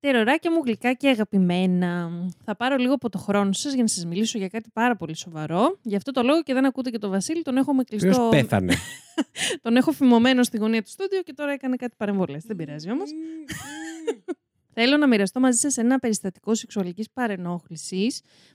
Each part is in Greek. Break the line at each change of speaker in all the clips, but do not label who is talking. Τεροράκια μου γλυκά και αγαπημένα. Θα πάρω λίγο από το χρόνο σας για να σας μιλήσω για κάτι πάρα πολύ σοβαρό. Γι' αυτό το λόγο και δεν ακούτε και τον Βασίλη, τον έχω με
Ποιο
κλειστό.
πέθανε.
Τον έχω φημωμένο στη γωνία του στούντιο και τώρα έκανε κάτι παρεμβολές. Δεν πειράζει όμως. Θέλω να μοιραστώ μαζί σας ένα περιστατικό σεξουαλικής παρενόχλησης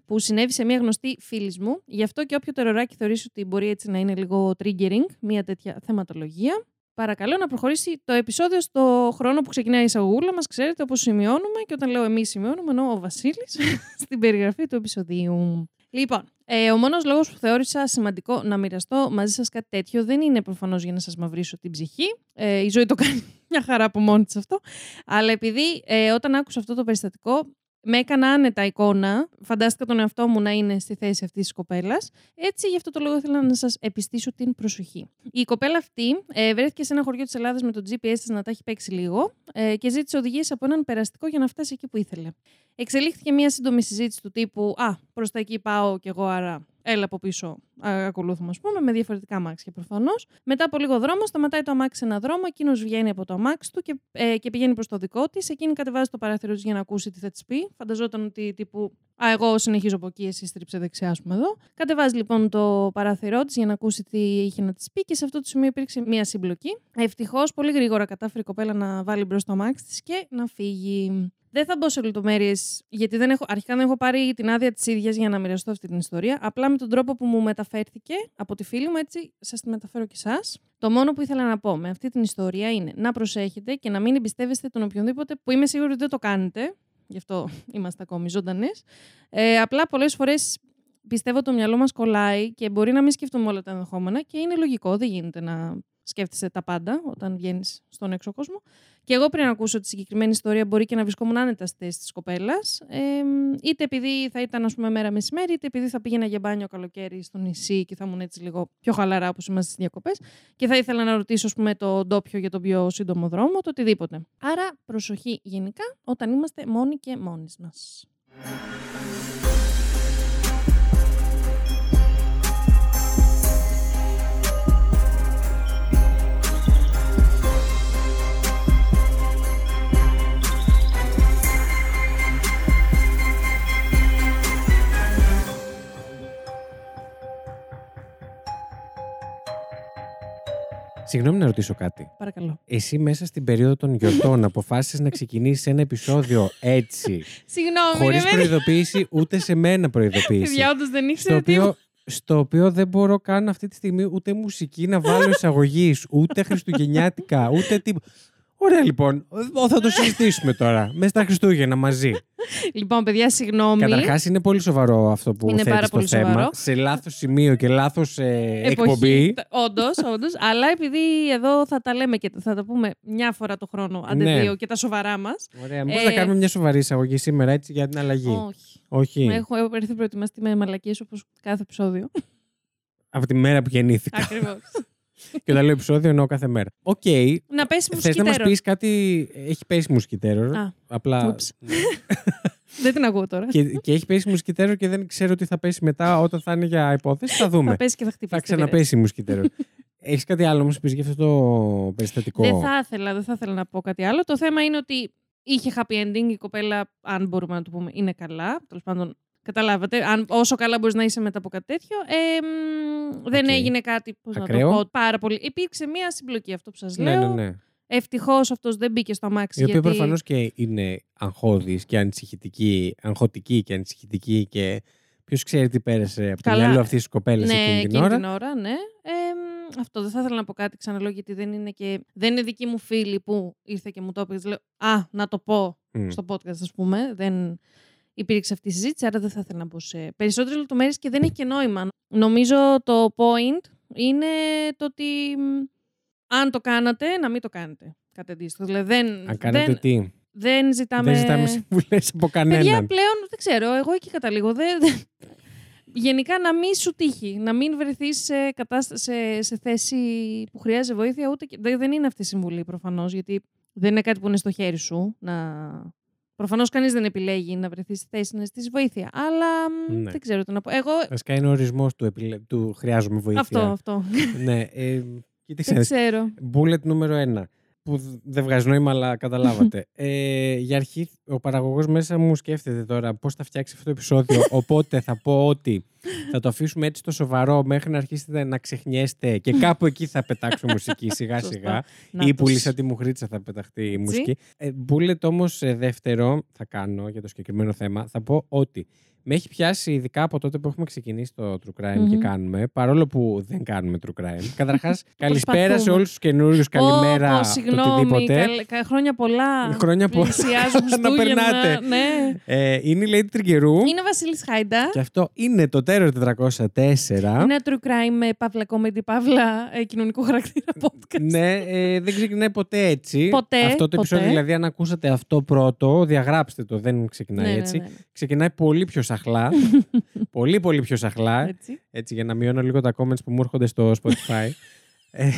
που συνέβη σε μια γνωστή φίλης μου. Γι' αυτό και όποιο τεροράκι θεωρήσει ότι μπορεί έτσι να είναι λίγο triggering, μια τέτοια θεματολογία. Παρακαλώ να προχωρήσει το επεισόδιο στο χρόνο που ξεκινάει η εισαγωγούλα μας. Ξέρετε, όπως σημειώνουμε, και όταν λέω εμείς σημειώνουμε, εννοώ ο Βασίλης στην περιγραφή του επεισοδίου. Λοιπόν, ε, ο μόνος λόγος που θεώρησα σημαντικό να μοιραστώ μαζί σας κάτι τέτοιο δεν είναι προφανώς για να σας μαυρίσω την ψυχή. Ε, η ζωή το κάνει μια χαρά από μόνη της αυτό. Αλλά επειδή ε, όταν άκουσα αυτό το περιστατικό, με έκανα άνετα εικόνα. Φαντάστηκα τον εαυτό μου να είναι στη θέση αυτής της κοπέλας. Έτσι, γι' αυτό το λόγο ήθελα να σας επιστήσω την προσοχή. Η κοπέλα αυτή ε, βρέθηκε σε ένα χωριό της Ελλάδας με το GPS της να τα έχει παίξει λίγο ε, και ζήτησε οδηγίες από έναν περαστικό για να φτάσει εκεί που ήθελε. Εξελίχθηκε μια σύντομη συζήτηση του τύπου Α, προς τα εκεί πάω κι εγώ, άρα έλα από πίσω. Α, ακολούθουμε, ας πούμε, με διαφορετικά αμάξια προφανώς. Μετά από λίγο δρόμο, σταματάει το αμάξι σε ένα δρόμο, εκείνος βγαίνει από το αμάξι του και, ε, και πηγαίνει προς το δικό της. Εκείνη κατεβάζει το παράθυρο της για να ακούσει τι θα της πει. Φανταζόταν ότι τύπου Α, εγώ συνεχίζω από εκεί, εσύ στρίψε δεξιά, ας πούμε εδώ. Κατεβάζει λοιπόν το παράθυρό της για να ακούσει τι είχε να της πει και σε αυτό το σημείο υπήρξε μία συμπλοκή. Ευτυχώς, πολύ γρήγορα κατάφερε η κοπέλα να βάλει μπροστά το αμάξι της και να φύγει. Δεν θα μπω σε λεπτομέρειες, γιατί δεν έχω, αρχικά δεν έχω πάρει την άδεια της ίδιας για να μοιραστώ αυτή την ιστορία. Απλά με τον τρόπο που μου μεταφέρθηκε από τη φίλη μου, έτσι σας τη μεταφέρω και εσάς. Το μόνο που ήθελα να πω με αυτή την ιστορία είναι να προσέχετε και να μην εμπιστεύεστε τον οποιονδήποτε που είμαι σίγουρη ότι δεν το κάνετε. Γι' αυτό είμαστε ακόμη ζωντανές. Ε, απλά πολλές φορές πιστεύω το μυαλό μας κολλάει και μπορεί να μην σκεφτούμε όλα τα ενδεχόμενα και είναι λογικό, δεν γίνεται να σκέφτεσαι τα πάντα όταν βγαίνεις στον έξω κόσμο. Και εγώ πριν ακούσω τη συγκεκριμένη ιστορία, μπορεί και να βρισκόμουν άνετα στη θέση της κοπέλας. Ε, είτε επειδή θα ήταν, ας πούμε, μέρα μεσημέρι, είτε επειδή θα πήγαινα για μπάνιο καλοκαίρι στο νησί και θα ήμουν έτσι λίγο πιο χαλαρά όπως είμαστε στις διακοπές. Και θα ήθελα να ρωτήσω, ας πούμε, το ντόπιο για τον πιο σύντομο δρόμο, το οτιδήποτε. Άρα, προσοχή γενικά όταν είμαστε μόνοι και μόνοι μας.
Συγγνώμη να ρωτήσω κάτι.
Παρακαλώ.
Εσύ μέσα στην περίοδο των γιορτών αποφάσισες να ξεκινήσεις ένα επεισόδιο έτσι.
Συγγνώμη,
Χωρί
ρε παιδί.
προειδοποίηση, ούτε σε μένα προειδοποίηση.
Παιδιά, όντως δεν
στο,
ήξερα τι.
οποίο, στο οποίο δεν μπορώ καν αυτή τη στιγμή ούτε μουσική να βάλω εισαγωγής, ούτε χριστουγεννιάτικα, ούτε τίποτα. Ωραία λοιπόν, Ο, θα το συζητήσουμε τώρα, μέσα στα Χριστούγεννα μαζί.
Λοιπόν, παιδιά, συγγνώμη.
Καταρχάς, είναι πολύ σοβαρό αυτό που
Είναι
θέτεις
πάρα
το
πολύ
θέμα.
σοβαρό.
Σε λάθος σημείο και λάθος εκπομπή.
Όντως, όντως. αλλά επειδή εδώ θα τα λέμε και θα τα πούμε μια φορά το χρόνο, αντί
Ναι.
δύο, και τα σοβαρά μας.
Ωραία, μήπως
Ε,
να κάνουμε μια σοβαρή εισαγωγή σήμερα έτσι για την αλλαγή.
Όχι.
Όχι.
Έχω έχω έρθει προετοιμαστή με μαλακίες όπως κάθε επεισόδιο.
Από τη μέρα που γεννήθηκα.
Ακριβώς.
και όταν λέω επεισόδιο εννοώ κάθε μέρα. Οκ.
να πέσει
Θες να μας
μουσικητέρο.
πεις κάτι. Έχει πέσει μουσικητέρο.
Α,
Απλά.
ούψ. Δεν την ακούω τώρα.
ναι. και, και έχει πέσει μουσικητέρο και δεν ξέρω τι θα πέσει μετά όταν θα είναι για υπόθεση. Θα δούμε.
θα πέσει και θα χτυπήσει. δεν
θα
πειράζει.
ξαναπέσει μουσικητέρο. έχεις κάτι άλλο όμω πεις για αυτό το περιστατικό.
Δεν θα ήθελα, δεν θα ήθελα να πω κάτι άλλο. Το θέμα είναι ότι είχε happy ending. Η κοπέλα, αν μπορούμε να το πούμε, είναι καλά. Τέλος πάντων, καταλάβατε. Αν, όσο καλά μπορείς να είσαι μετά από κάτι τέτοιο. Ε, μ, δεν
Οκ.
έγινε κάτι. Πώς να το
Ακραίο.
πω. Πάρα πολύ. Υπήρξε μία συμπλοκή αυτό που σας
Ναι,
λέω.
ναι, ναι.
Ευτυχώς αυτός δεν μπήκε στο αμάξι.
Η οποία
γιατί...
προφανώς και είναι αγχώδης και ανησυχητική, αγχωτική και ανησυχητική και ποιος ξέρει τι πέρασε από το
Καλά.
μυαλό αυτής της κοπέλας
ναι,
εκείνη την ώρα.
ναι. Ε, μ, αυτό δεν θα ήθελα να πω κάτι ξαναλέω γιατί δεν είναι και. Δεν είναι δική μου φίλη που ήρθε και μου το είπε. της Λέω, Α, να το πω
Μμ.
στο podcast, ας πούμε. Δεν υπήρξε αυτή η συζήτηση, άρα δεν θα ήθελα να μπω σε περισσότερες λεπτομέρειες και δεν έχει και νόημα. Νομίζω το point είναι το ότι μ, αν το κάνατε, να μην το κάνετε. Κατά αντίστοιχο. Δηλαδή δεν,
Αν κάνετε
δεν,
τι.
δεν ζητάμε.
Δεν ζητάμε συμβουλέ από κανέναν.
Παιδιά, πλέον δεν ξέρω. Εγώ εκεί καταλήγω. Δεν, δεν- Γενικά να μην σου τύχει, να μην βρεθείς σε, κατάστα- σε, σε θέση που χρειάζεται βοήθεια. Ούτε και... δε- Δεν είναι αυτή η συμβουλή προφανώς, γιατί δεν είναι κάτι που είναι στο χέρι σου. Να... Προφανώς κανείς δεν επιλέγει να βρεθεί στη θέση να ζητήσει βοήθεια. Αλλά μ,
Ναι.
δεν ξέρω τι να πω. Εγώ.
Βασικά είναι ο ορισμός του, επιλε... του χρειάζομαι βοήθεια.
Αυτό, αυτό.
ναι, ε, κοίταξε.
δεν
να δεις.
ξέρω.
Bullet νούμερο 1. Που δ- δεν βγάζει νόημα, αλλά καταλάβατε. ε, για αρχή, ο παραγωγός μέσα μου σκέφτεται τώρα πώς θα φτιάξει αυτό το επεισόδιο. Οπότε θα πω ότι θα το αφήσουμε έτσι το σοβαρό μέχρι να αρχίσετε να ξεχνιέστε και κάπου εκεί θα πετάξουμε μουσική σιγά σιγά.
Να
ή
τους.
πουλή σαν τη μουχρίτσα θα πεταχτεί η μουσική. Ε, μπούλετ όμω δεύτερο θα κάνω για το συγκεκριμένο θέμα. Θα πω ότι με έχει πιάσει ειδικά από τότε που έχουμε ξεκινήσει το True Crime και
Μμμ.
κάνουμε, παρόλο που δεν κάνουμε True Crime. Καταρχάς, καλησπέρα σε
Προσπαθούμε.
όλους τους καινούριους, καλημέρα,
Ω, πω, συγγνώμη,
οτιδήποτε.
καλ- κα- χρόνια πολλά.
Χρόνια πολλά.
Πλησιάζουν
Να
Χριστούγεννα,
περνάτε.
Ναι.
Ε, είναι η Lady Τριγκερού
Είναι Βασίλης Χάιντα.
και αυτό είναι το Terror 404.
Είναι true crime με παύλα comedy, παύλα ε, κοινωνικού χαρακτήρα podcast.
Ναι, ε, δεν ξεκινάει ποτέ έτσι.
Ποτέ,
Αυτό το
ποτέ.
επεισόδιο, δηλαδή, αν ακούσατε αυτό πρώτο, διαγράψτε το, δεν
Ναι,
ξεκινάει
ναι,
έτσι.
ναι, ναι.
Ξεκινάει πολύ πιο σαχλά. πολύ, πολύ πιο σαχλά.
Έτσι.
έτσι, για να μειώνω λίγο τα comments που μου έρχονται στο Spotify. Ε,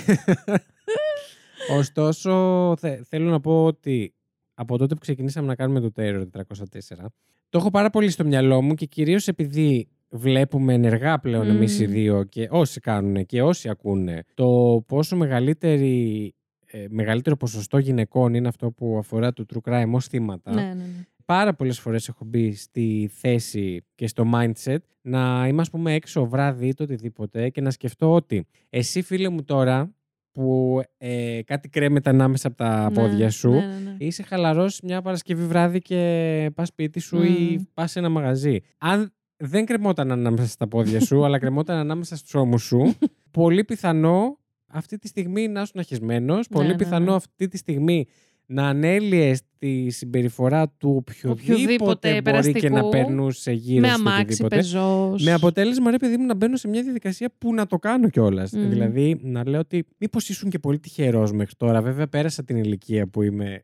Ωστόσο, θε- θέλω να πω ότι από τότε που ξεκινήσαμε να κάνουμε το Terror 404, το έχω πάρα πολύ στο μυαλό μου και κυρίως επειδή βλέπουμε ενεργά πλέον
Μμμ.
εμείς οι δύο και όσοι κάνουν και όσοι ακούνε το πόσο μεγαλύτερη, ε, μεγαλύτερο ποσοστό γυναικών είναι αυτό που αφορά το true crime ως θύματα.
Ναι, ναι, ναι.
Πάρα πολλές φορές έχω μπει στη θέση και στο mindset να είμαι ας πούμε έξω βράδυ ή το οτιδήποτε και να σκεφτώ ότι εσύ φίλε μου τώρα που ε, κάτι κρέμεται ανάμεσα από τα
Ναι,
πόδια σου
ναι, ναι, ναι.
είσαι χαλαρός μια Παρασκευή βράδυ και πας σπίτι σου
Μμμ.
ή πας σε ένα μαγαζί. Αν δεν κρεμόταν ανάμεσα στα πόδια σου, αλλά κρεμόταν ανάμεσα στους ώμους σου, πολύ πιθανό αυτή τη στιγμή να ήσουν αχισμένος, πολύ
Ναι, ναι,
πιθανό
ναι.
αυτή τη στιγμή να ανέλυες τη συμπεριφορά του οποιοδήποτε,
Οποιοδήποτε
μπορεί και να
περαστικού,
περνούσε γύρω
Με
στο
αμάξι,
οτιδήποτε.
πεζός.
Με αποτέλεσμα, ρε παιδί μου, να μπαίνω σε μια διαδικασία που να το κάνω κιόλας.
Μμμ.
Δηλαδή, να λέω ότι μήπως ήσουν και πολύ τυχερός μέχρι τώρα. Βέβαια, πέρασα την ηλικία που είμαι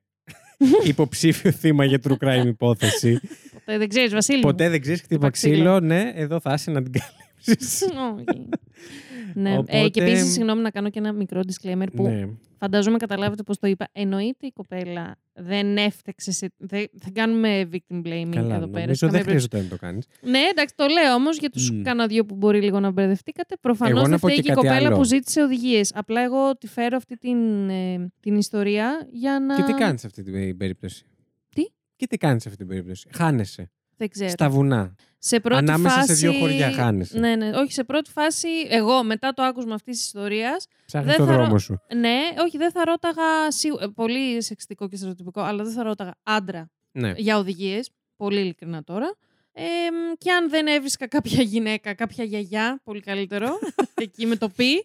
υποψήφιο θύμα για true crime υπόθεση.
Ποτέ δεν ξέρεις, Βασίλη. μου.
Ποτέ δεν ξέρεις, χτύπα
Χτύπα
ξύλο.
ξύλο.
Ναι, εδώ θα είσαι να την καλύψεις.
Όχι. ναι.
Οπότε-
Ε, και επίσης, συγγνώμη να κάνω και ένα μικρό disclaimer που
ναι.
φαντάζομαι καταλάβετε πώ το είπα. Εννοείται η κοπέλα δεν έφταξε. Σε... Δεν, δεν κάνουμε victim blaming
Καλά,
εδώ πέρα. σε καμία
νομίζω δεν
περίπτωση.
χρειάζεται να το κάνεις.
Ναι, εντάξει, το λέω όμως για τους
Μμ.
mm. κάνα δύο που μπορεί λίγο να μπερδευτήκατε.
Εγώ
Προφανώ
να
δεν
πω
φταίει
και
και η
κάτι
κοπέλα
άλλο.
που ζήτησε οδηγίες. Απλά εγώ τη φέρω αυτή την, ε, την ιστορία για να.
Και τι κάνεις σε αυτή την περίπτωση.
Τι?
Και τι κάνεις σε αυτή την περίπτωση. Χάνεσαι.
Δεν ξέρω.
Στα βουνά.
Σε πρώτη
Ανάμεσα
φάση...
σε δύο χωριά χάνεσαι.
Ναι, ναι. Όχι, σε πρώτη φάση, εγώ μετά το άκουσμα αυτής της ιστορίας,
Ψάχνεις
Δεν
τον
θα ρω-
δρόμο σου.
ναι, όχι, δεν θα ρώταγα. σίγου- ε, Πολύ σεξιστικό και στερεοτυπικό, αλλά δεν θα ρώταγα άντρα
Ναι.
για οδηγίες. Πολύ ειλικρινά τώρα. Ε, μ, και αν δεν έβρισκα κάποια γυναίκα, κάποια γιαγιά, πολύ καλύτερο. εκεί με το πι.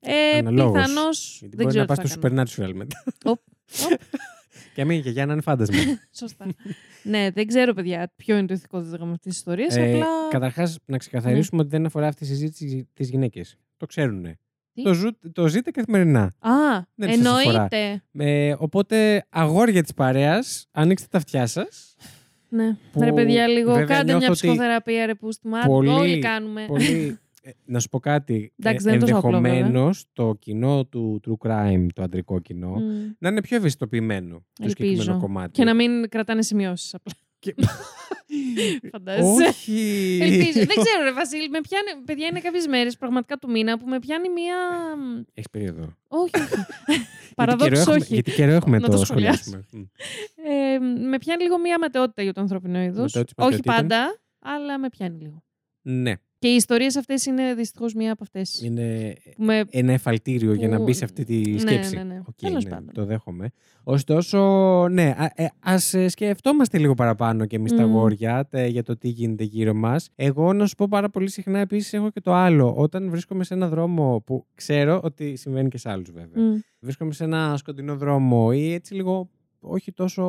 Ε,
Αναλόγως.
Πιθανώς.
Γιατί
Δεν
μπορεί
ξέρω.
να
τι θα
πας στο
κάνω.
supernatural μετά.
Οπ, οπ.
Και αμήν για να είναι φάντασμα.
Σωστά. ναι, δεν ξέρω, παιδιά, ποιο είναι το ηθικό δίδαγμα αυτής της ιστορίας.
Ε,
απλά. Ναι.
Καταρχάς, να ξεκαθαρίσουμε ότι δεν αφορά αυτή η συζήτηση τις γυναίκες. Το ξέρουν.
Τι?
Το, ζου, το ζείτε καθημερινά.
Α,
Δεν σας αφορά.
εννοείται.
Ε, οπότε, αγόρια της παρέας, ανοίξτε τα αυτιά σας.
Ναι.
Που
Ρε παιδιά, λίγο
βέβαια
κάντε
νιώθω
μια
ότι
ψυχοθεραπεία ρε που στη μάτι.
πολύ-
Όλοι κάνουμε.
Πολύ. ε, να σου πω κάτι.
Εντάξει, δεν είναι τόσο απλό, βέβαια.
Ενδεχομένως το κοινό του true crime, το αντρικό κοινό,
Μμ.
να είναι πιο ευαισθητοποιημένο το συγκεκριμένο
Ελπίζω.
κομμάτι.
Και να μην κρατάνε σημειώσεις απλά.
Και-
Φαντάζεσαι.
Όχι.
Ελπίζω. Δεν ξέρω, ρε Βασίλη, με πιάνει. Παιδιά, είναι κάποιες μέρες πραγματικά του μήνα που με πιάνει μία.
Έχεις περίοδο.
Όχι, όχι.
Γιατί καιρό
Παραδόξω,
έχουμε-
όχι.
Γιατί καιρό έχουμε
Να
το
το
σχολιάσουμε. Μμ.
Ε, με πιάνει λίγο μία ματαιότητα για το ανθρώπινο είδος.
Ματαιότητα της
Όχι
ματαιοτήτων.
πάντα, αλλά με πιάνει λίγο.
Ναι,
Και οι ιστορίες αυτές είναι δυστυχώς μία από αυτές.
είναι
Με...
ένα εφαλτήριο για να
Που-
μπει σε αυτή τη
ναι,
σκέψη.
ναι, ναι.
Οκ,
Τέλος
ναι,
πάντων.
Το δέχομαι. Ωστόσο, ναι, α ε, ας, ε, σκεφτόμαστε λίγο παραπάνω και εμείς τα
Μμμ.
γόρια τα- για το τι γίνεται γύρω μας. Εγώ να σου πω πάρα πολύ συχνά επίσης έχω και το άλλο. Όταν βρίσκομαι σε ένα δρόμο που ξέρω ότι συμβαίνει και σε άλλους βέβαια.
Μμ.
Βρίσκομαι σε ένα σκοτεινό δρόμο ή έτσι λίγο όχι τόσο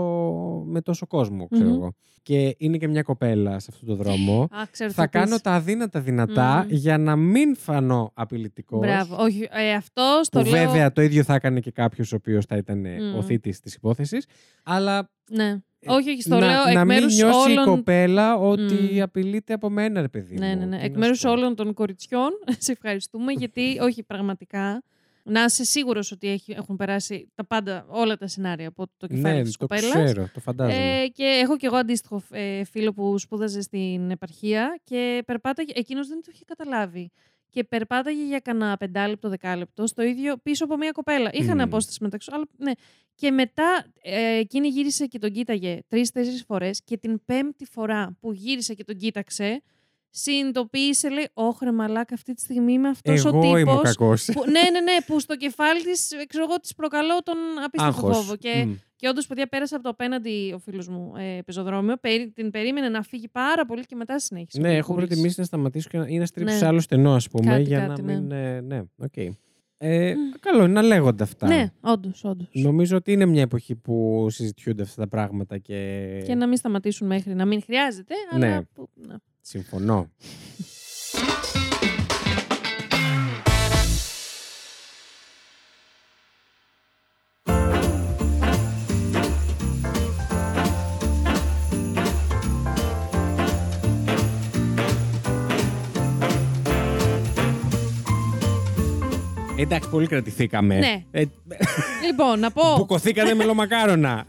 με τόσο κόσμο, ξέρω
Μμμ.
εγώ. Και είναι και μια κοπέλα σε αυτόν τον δρόμο.
Α, ξέρω τι
Θα
πεις.
κάνω τα αδύνατα δυνατά
Μμμ.
για να μην φανώ απειλητικός.
Μπράβο. Όχι, ε, αυτό το
Που
λέω.
βέβαια το ίδιο θα έκανε και κάποιος ο οποίος θα ήταν ε,
Μμμ.
ο θήτης της υπόθεσης. Αλλά
Ναι. όχι, όχι, στο
να,
λέω
να
εκ
μην
μέρους
νιώσει η
όλων
κοπέλα ότι
Μμ.
απειλείται από μένα, ρε παιδί.
Ναι,
μου.
ναι, ναι.
Τι
Εκ
να
μέρους
σου πω.
όλων των κοριτσιών, σε ευχαριστούμε γιατί, όχι, πραγματικά. Να είσαι σίγουρος ότι έχει, έχουν περάσει τα πάντα, όλα τα σενάρια από το κεφάλι
Ναι,
της
το
κοπέλας.
ξέρω, το φαντάζομαι.
Ε, και έχω κι εγώ αντίστοιχο ε, φίλο που σπούδαζε στην επαρχία και περπάταγε. Εκείνος δεν το είχε καταλάβει. και περπάταγε για κανένα πεντάλεπτο, δεκάλεπτο στο ίδιο πίσω από μια κοπέλα. Είχαν
Μμμ.
απόσταση μεταξύ του, αλλά ναι. Και μετά ε, εκείνη γύρισε και τον κοίταγε τρει-τέσσερι φορές και την πέμπτη φορά που γύρισε και τον κοίταξε, συνειδητοποίησε, λέει, Όχρε μαλάκα, αυτή τη στιγμή είμαι αυτός Ε, ο
Εγώ είμαι ο
τύπος.
κακός.
Που, ναι, ναι, ναι, που στο κεφάλι της, ξέρω εγώ, της προκαλώ τον απίστευτο φόβο. Και, και όντως, παιδιά, πέρασα από το απέναντι ο φίλος μου ε, πεζοδρόμιο. περί- την περίμενε να φύγει πάρα πολύ και μετά συνέχισε.
Ναι,
Ο
έχω
Γούρης.
προτιμήσει να σταματήσω και να, ή να στρίψω
Ναι.
σε άλλο στενό, ας πούμε,
Κάτι,
για
κάτι,
να
ναι.
μην. ε, ναι, οκ. Ε, καλό είναι να λέγονται αυτά.
Ναι, όντως, όντως.
Νομίζω ότι είναι μια εποχή που συζητιούνται αυτά τα πράγματα και,
Και να μην σταματήσουν μέχρι να μην χρειάζεται, αλλά.
Ναι.
Που, ναι.
συμφωνώ. Εντάξει, πολύ κρατηθήκαμε.
Ναι.
Ε,
λοιπόν, να πω.
Μπουκωθήκατε με λομακάρονα.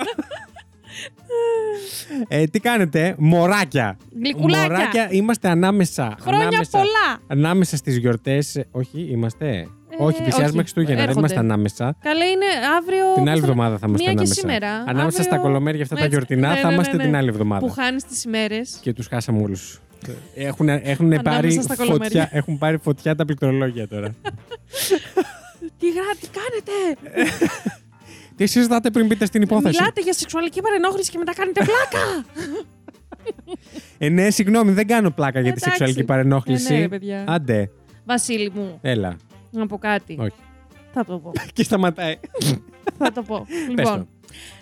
ε, τι κάνετε, μωράκια.
Γλυκουλάκια.
Μωράκια, είμαστε ανάμεσα.
Χρόνια
ανάμεσα,
πολλά.
Ανάμεσα στις γιορτές. ε, Όχι, είμαστε. όχι,
Ε, όχι.
πλησιάζουμε Χριστούγεννα. Δεν
Έρχονται.
είμαστε ανάμεσα.
Καλέ είναι αύριο.
Την
πώς
άλλη
θα-
εβδομάδα θα είμαστε
Μία και
ανάμεσα.
σήμερα.
Ανάμεσα
Αύριο-
στα κολομέρια αυτά τα
Έτσι,
γιορτινά
ναι,
θα
ναι,
είμαστε
ναι,
την
ναι.
άλλη εβδομάδα.
Που χάνεις τις ημέρες.
Και τους χάσαμε όλους. Έχουν, έχουν,
Ανάμεσα
πάρει
στα
φωτιά,
κολομέρια.
έχουν πάρει φωτιά τα πληκτρολόγια τώρα.
Τι, γρά... τι κάνετε!
Τι συζητάτε πριν μπείτε στην υπόθεση.
Μιλάτε για σεξουαλική παρενόχληση και μετά κάνετε πλάκα!
Ε, ναι, συγγνώμη, δεν κάνω πλάκα για τη
Εντάξει.
σεξουαλική παρενόχληση.
Ε, ναι, ρε, παιδιά.
Άντε,
Βασίλη μου,
έλα.
να πω κάτι.
Όχι.
Θα το πω.
Και σταματάει.
θα το πω.
το.
λοιπόν,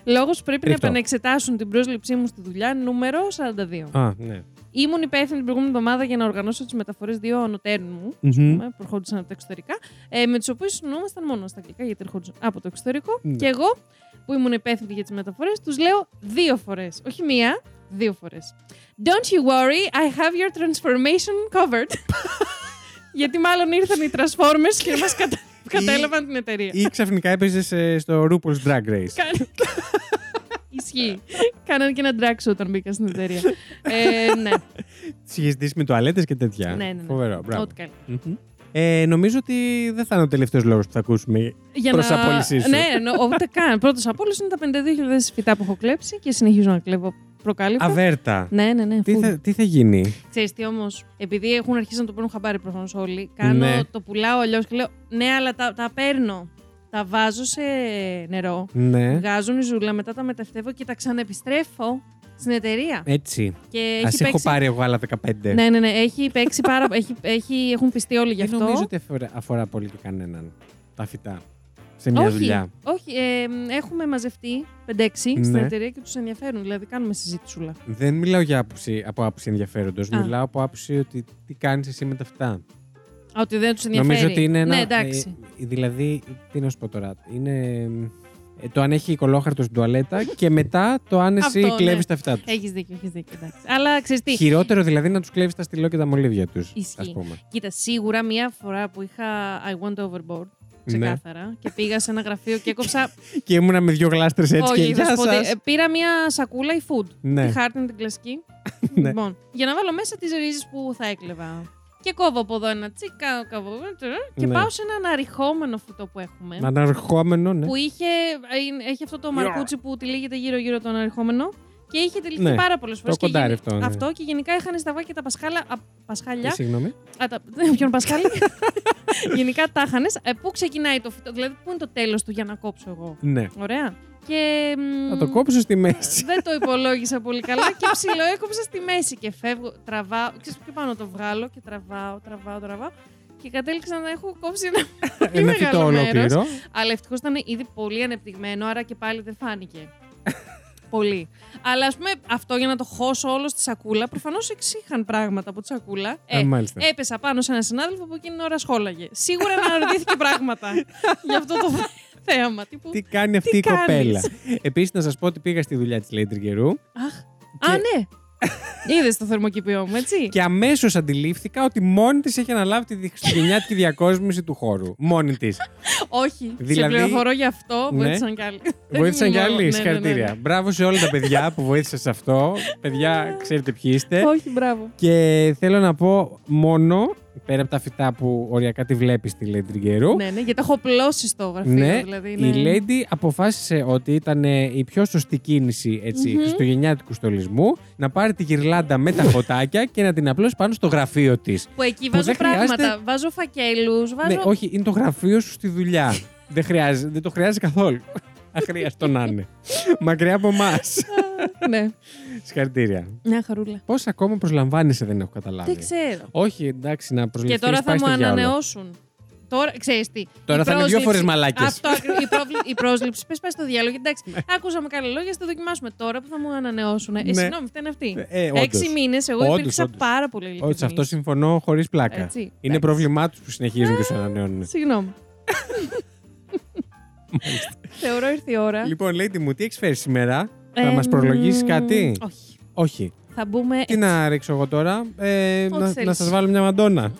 λόγο πρέπει
Ρίχτω.
να επανεξετάσουν την πρόσληψή μου στη δουλειά, νούμερο 42.
Α, ναι.
Ήμουν υπεύθυνη την προηγούμενη εβδομάδα για να οργανώσω τις μεταφορές δύο ανωτέρων μου,
Μμμ.
που προχώρησαν από τα εξωτερικά, ε, με τους οποίους συνομιλούμασταν μόνο στα αγγλικά, γιατί ερχόντουσαν από το εξωτερικό.
Ναι.
Και εγώ, που ήμουν υπεύθυνη για τις μεταφορές, τους λέω δύο φορές. Όχι μία, δύο φορές. Don't you worry, I have your transformation covered. γιατί μάλλον ήρθαν οι Transformers και μας κατα... κατέλαβαν την εταιρεία.
Ή ξαφνικά έπαιζες
ε,
στο RuPaul's Drag Race.
Κάνε- Ισχύει. Κάναν και ένα drag show όταν μπήκα στην εταιρεία. ε, ναι,
Συγχυστήσει με τουαλέτες και τέτοια.
ναι, ναι, ναι.
Φοβερό, μπράβο.
Ό,τι κάνει.
Μμμ. Ε, νομίζω ότι δεν θα είναι ο τελευταίος λόγος που θα ακούσουμε.
Για
Προς απόλυσής σου.
Ναι, εννοώ, ούτε καν. Πρώτος απόλυτο είναι τα 52.000 φυτά που έχω κλέψει και συνεχίζω να κλέβω προκάλυπτα.
Αβέρτα.
Ναι, ναι, ναι.
Τι
φουλ.
θα, τι θα γίνει.
Ξέρεις τι όμως, επειδή έχουν αρχίσει να το παίρνουν χαμπάρι προφανώς όλοι, κάνω,
Ναι.
το πουλάω αλλιώς και λέω Ναι, αλλά τα, τα παίρνω. Τα βάζω σε νερό,
Ναι.
βγάζουν η ζούλα, μετά τα μεταφυτεύω και τα ξαναεπιστρέφω στην εταιρεία.
Έτσι.
Και
Ας
έχει
Ε, έχω
παίξει-
πάρει εγώ άλλα 15.
Ναι, ναι, ναι. Έχει παίξει πάρα έχει, έχει, Έχουν πιστεί όλοι γι'
Δεν
αυτό.
Ε, νομίζω ότι αφορά, αφορά πολύ και κανέναν τα φυτά σε μια
όχι,
δουλειά.
όχι. ε, μ, έχουμε μαζευτεί 5-6 στην
Ναι.
εταιρεία και τους ενδιαφέρουν. Δηλαδή, κάνουμε συζήτησούλα.
Δεν μιλάω για άποψη, από άποψη ενδιαφέροντος.
Α.
Μιλάω από άποψη ότι τι κάνεις εσύ με τα φυτά.
Α, Ότι δεν τους ενδιαφέρει.
Νομίζω ότι είναι ένα.
Ναι, εντάξει.
ε, δηλαδή, τι να σου πω τώρα. Είναι ε, το αν έχει κολόχαρτος στην τουαλέτα και μετά το αν εσύ
Αυτό, ναι.
κλέβεις τα φυτά τους.
Έχεις Έχει δίκιο, έχεις δίκιο. Εντάξει. Αλλά ξέρεις τι.
Χειρότερο δηλαδή να τους κλέβεις τα στυλό και τα μολύβια τους.
Ισχύει.
Α πούμε.
Κοίτα, σίγουρα μία φορά που είχα I went overboard.
Ναι.
Ξεκάθαρα. Και πήγα σε ένα γραφείο και έκοψα.
Και ήμουνα με δύο γλάστρες έτσι και
Όχι, θα
γεια
σου πω ότι,
σας.
ε, Πήρα μία σακούλα η food.
Ναι.
Τη χάρτινη την κλασική.
Ναι.
Λοιπόν, για να βάλω μέσα τις ρίζες που θα έκλεβα. Και κόβω από εδώ ένα τσικ, κάνω κόβω, και
Ναι.
πάω σε ένα αναρριχόμενο φυτό που έχουμε.
Αναρχόμενο, ναι.
Που είχε, είναι- έχει αυτό το μαρκούτσι που τυλίγεται γύρω-γύρω το αναρριχόμενο. Και είχε τυλίγει
Ναι,
πάρα πολλές φορέ.
κοντάρι αυτό, ναι.
αυτό. Και γενικά είχαν σταυρά και τα πασχάλα. Α,
Ε,
πασχάλια.
Συγγνώμη.
Α, τα, ποιον πασχάλι. γενικά τα είχαν. Ε, πού ξεκινάει το φυτό, δηλαδή πού είναι το τέλος του για να κόψω εγώ.
Ναι.
Ωραία. Και. μ,
Θα το κόψω στη μέση.
δεν το υπολόγισα πολύ καλά και ψιλοέκοψα στη μέση και φεύγω, τραβάω, ξέρεις πιο πάνω το βγάλω και τραβάω, τραβάω, τραβάω και κατέληξα να έχω κόψει ένα πολύ
Ε, Ένα φυτό
Ε, μεγάλο μέρος.
ολόκληρο.
Αλλά ευτυχώς ήταν ήδη πολύ ανεπτυγμένο, άρα και πάλι δεν φάνηκε. πολύ. Αλλά ας πούμε αυτό για να το χώσω όλο στη σακούλα, προφανώς εξήχαν πράγματα από τη σακούλα.
Α,
Ε,
Μάλιστα.
έπεσα πάνω σε έναν συνάδελφο που εκείνη την ώρα σχόλαγε. Σίγουρα αναρωτήθηκε πράγματα για αυτό το θέαμα. Τύπου...
Τι κάνει αυτή η
κάνεις?
κοπέλα. Επίσης, να σας πω ότι πήγα στη δουλειά της Λέιντρ καιρού
Αχ, α, ναι. Είδες το θερμοκηπιό μου, έτσι.
και αμέσως αντιλήφθηκα ότι μόνη της έχει αναλάβει τη χριστουγεννιάτικη διακόσμηση του χώρου. Μόνη της.
Όχι.
Δηλαδή-
Σε πληροφορώ γι' αυτό.
Ναι.
Βοήθησαν κι άλλοι.
Βοήθησαν κι
Ναι, ναι, ναι,
άλλοι.
ναι.
Συγχαρητήρια. Μπράβο σε όλα τα παιδιά που βοήθησαν σε
ναι.
Ε, αυτό. Παιδιά, ξέρετε ποιοι είστε.
Όχι, μπράβο.
Και θέλω να πω μόνο πέρα από τα φυτά που οριακά τη βλέπεις τη Lady Τριγκερού.
Ναι, ναι, γιατί έχω πλώσει στο γραφείο.
Ναι,
δηλαδή,
Η Lady αποφάσισε ότι ήταν ε, η πιο σωστή κίνηση έτσι,
Μμμ.
χριστουγεννιάτικου στολισμού να πάρει τη γυρλάντα με τα φωτάκια και να την απλώσει πάνω στο γραφείο της.
Που εκεί
που
βάζω
δεν χρειάζεται-
πράγματα. Βάζω φακέλους, βάζω.
Ναι, όχι, είναι το γραφείο σου στη δουλειά. δεν, χρειάζεται, δεν το χρειάζεται καθόλου. Αχρίαστο να είναι. Μακριά από εμάς.
ναι.
Συγχαρητήρια.
Μια χαρούλα.
Πώς ακόμα προσλαμβάνεσαι, δεν έχω καταλάβει.
Δεν ξέρω.
Όχι, εντάξει, να προσληφθείς.
Και τώρα θα μου ανανεώσουν. Τώρα, ξέρεις τι.
Τώρα
η
θα είναι δύο
πρόσληψη-
φορές μαλάκες.
Αυτό ακρι- η, πρόβλη- η πρόσληψη. Πες πάει στο διάλογο. Εντάξει, άκουσαμε καλά λόγια, θα το δοκιμάσουμε τώρα που θα μου ανανεώσουν. Ε,
Ναι.
συγγνώμη, φταίνε αυτή.
Ε, ε, όντως.
Έξι μήνες, εγώ
Όντως,
υπήρξα
όντως.
πάρα πολύ λίγο.
Όχι, σε αυτό συμφωνώ χωρίς πλάκα.
Έτσι,
Είναι
εντάξει. Ε,
πρόβλημά τους που συνεχίζουν και σου ανανεώνουν.
Συγγνώμη. Θεωρώ ήρθε η ώρα.
Λοιπόν, Lady μου, τι έχεις φέρει σήμερα, θα
Ε,
μα προλογίσει
μ,
κάτι.
Όχι.
Όχι.
Θα μπούμε.
Τι να ρίξω εγώ τώρα, ε,
Ό,τι
να,
θέλεις.
να σας βάλω μια μαντόνα.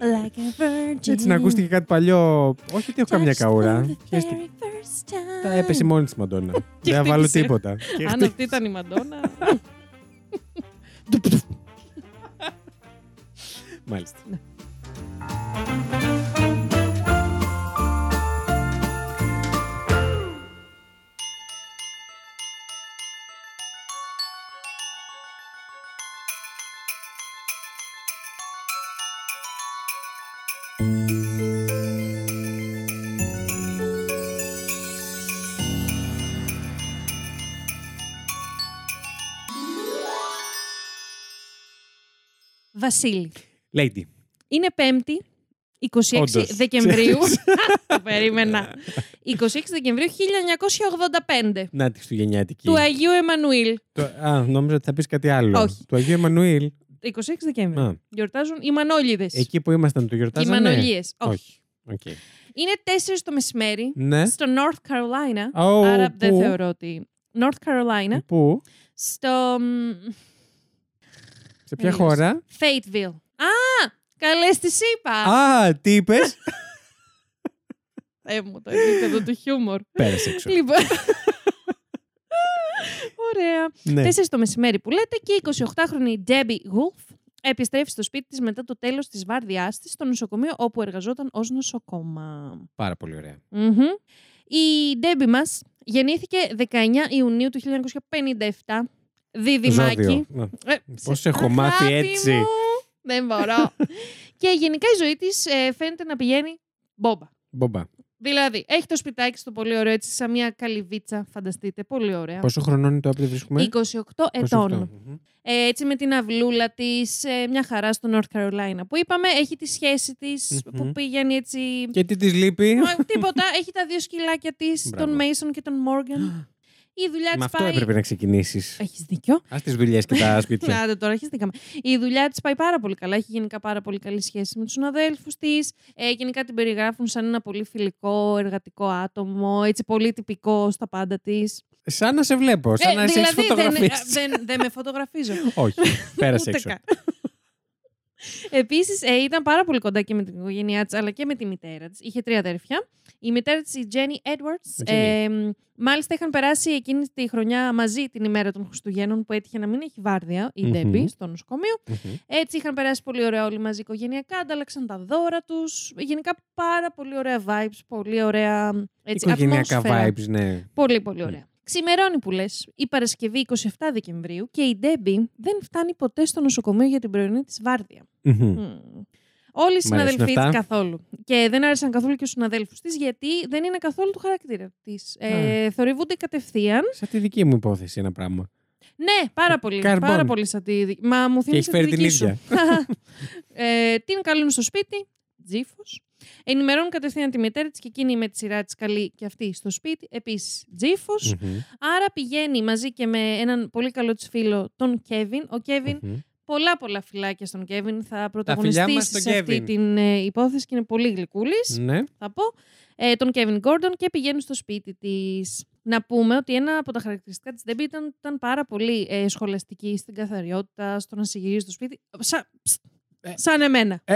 Like a virgin.
Έτσι να ακούστε και κάτι παλιό. Όχι ότι έχω καμιά
Touched for
καούρα.
the
Χαίρεστε.
very first time.
Τα έπεσε μόνη τη μαντόνα. Δεν θα βάλω
χτύπησε.
τίποτα. Και
Αν
χτύ-
αυτή ήταν η Μαντόνα.
Μάλιστα.
Ναι. Βασίλη.
Lady.
Είναι Πέμπτη, 26
Όντως.
Δεκεμβρίου. Το περίμενα. 26 Δεκεμβρίου 1985.
Να της Χριστουγεννιάτικη.
Του Αγίου Εμμανουήλ.
Το- Α, νόμιζα ότι θα πεις κάτι άλλο.
Όχι.
Του Αγίου Εμμανουήλ.
26 Δεκεμβρίου.
Α.
Γιορτάζουν οι Μανόλιδες.
Εκεί που ήμασταν, το
οι
γιορτάζαμε.
Μανολίες. Όχι.
Όχι. Οκ.
Είναι 4 το μεσημέρι
Ναι.
στο North Carolina.
Ω,
Άρα δεν
πού?
θεωρώ ότι. North Carolina.
Πού,
Στο. μ,
σε ποια
Τέλειωσε.
χώρα.
Fayetteville. Α! Καλές τη είπα!
Α, τι είπες.
Ε, μου το επίπεδο του χιούμορ.
Πέρασε έξω.
Λοιπόν. Ωραία.
Ναι.
4 το μεσημέρι που λέτε και η 28χρονη Debbie Wolf επιστρέφει στο σπίτι της μετά το τέλος της βάρδιάς της στο νοσοκομείο όπου εργαζόταν ως νοσοκόμα.
Πάρα πολύ ωραία.
Μμμ. Η Ντέμπι μας γεννήθηκε 19 Ιουνίου του 1957. Δίδυμάκι.
Ζώδιο. Ναι.
Ε,
Πώς
σε-
έχω μάθει
αγάπη
έτσι.
μου. Δεν μπορώ. και γενικά η ζωή της ε, φαίνεται να πηγαίνει μπόμπα.
Μπομπά.
Δηλαδή, έχει το σπιτάκι στο πολύ ωραίο, έτσι, σαν μια καλυβίτσα, φανταστείτε. Πολύ ωραία.
Πόσο χρονών είναι το που τη βρίσκουμε.
28 ετών. Ε, έτσι με την αυλούλα της, μια χαρά στο North Carolina. Που είπαμε, έχει τη σχέση της
Μμμ.
που πηγαίνει έτσι.
Και τι της λείπει.
Μα, τίποτα. Έχει τα δύο σκυλάκια της,
Μπράβο.
τον Mason και τον Morgan. Η δουλειά
Με
της
αυτό
πάει.
έπρεπε Ναι. να ξεκινήσεις.
Έχεις δίκιο.
Ας τις δουλειές και τα σπίτια.
Άντε τώρα, χαιστήκαμε. Η δουλειά της πάει πάρα πολύ καλά. Έχει γενικά πάρα πολύ καλή σχέση με τους συναδέλφους της. Ε, γενικά την περιγράφουν σαν ένα πολύ φιλικό, εργατικό άτομο. Έτσι, πολύ τυπικό στα πάντα της.
Σαν να σε βλέπω, σαν να σε έχει
Ε, δηλαδή, δεν, ε,
φωτογραφίσει.
δεν, δεν με φωτογραφίζω.
Όχι, πέρασε
Ούτε
έξω.
καν. Επίσης, ήταν πάρα πολύ κοντά και με την οικογένειά της, αλλά και με τη μητέρα της. Είχε τρία αδέρφια. Η μητέρα της, η Jenny Edwards,
Jenny.
ε, μ, μάλιστα είχαν περάσει εκείνη τη χρονιά μαζί την ημέρα των Χριστουγέννων που έτυχε να μην έχει βάρδια η
Μμμ.
Ντέμπι στο νοσοκομείο.
Μμμ.
Έτσι είχαν περάσει πολύ ωραία όλοι μαζί οικογενειακά, ανταλλάξαν τα δώρα τους. Γενικά πάρα πολύ ωραία vibes, πολύ ωραία έτσι,
Οικογενειακά
ατμόσφαιρα.
vibes, ναι.
Πολύ, πολύ ωραία. Ξημερώνει που λες, η Παρασκευή 27 Δεκεμβρίου και η Ντέμπι δεν φτάνει ποτέ στο νοσοκομείο για την πρωινή της βάρδια.
Μμμ.
Μμμ. Όλοι οι
Μ' αρέσουν
συναδελφοί τη
αυτά.
καθόλου. Και δεν άρεσαν καθόλου και στους συναδέλφους της, γιατί δεν είναι καθόλου του χαρακτήρα της. Ε, θορυβούνται κατευθείαν.
Σαν τη δική μου υπόθεση ένα πράγμα.
Ναι, πάρα πολύ.
Καρμπών.
Πάρα πολύ σαν τη δική. Μα μου θύμισε
έχει φέρει
τη
την
δική σου.
ίδια.
ε, την καλούν στο σπίτι, τζίφος. Ενημερώνουν κατευθείαν τη μητέρα της και εκείνη με τη σειρά της καλεί και αυτή στο σπίτι, επίσης τζίφο.
Μμμ.
Άρα πηγαίνει μαζί και με έναν πολύ καλό της φίλο, τον Κέβιν. Ο Κέβιν,
Μμμ.
πολλά πολλά φυλάκια στον Κέβιν. Θα
φιλιά μας
πρωταγωνιστήσει
στον
σε αυτή
Κέβιν.
την ε, υπόθεση και είναι πολύ γλυκούλης,
Ναι.
θα πω. Ε, τον Κέβιν Γκόρντον και πηγαίνει στο σπίτι της. Να πούμε ότι ένα από τα χαρακτηριστικά της Ντέμπι ήταν, ήταν πάρα πολύ ε, σχολαστική στην καθαριότητα, στο να συγυρίζει το σπίτι. Σαν, ψτ,
Ε.
σαν εμένα.
Ε.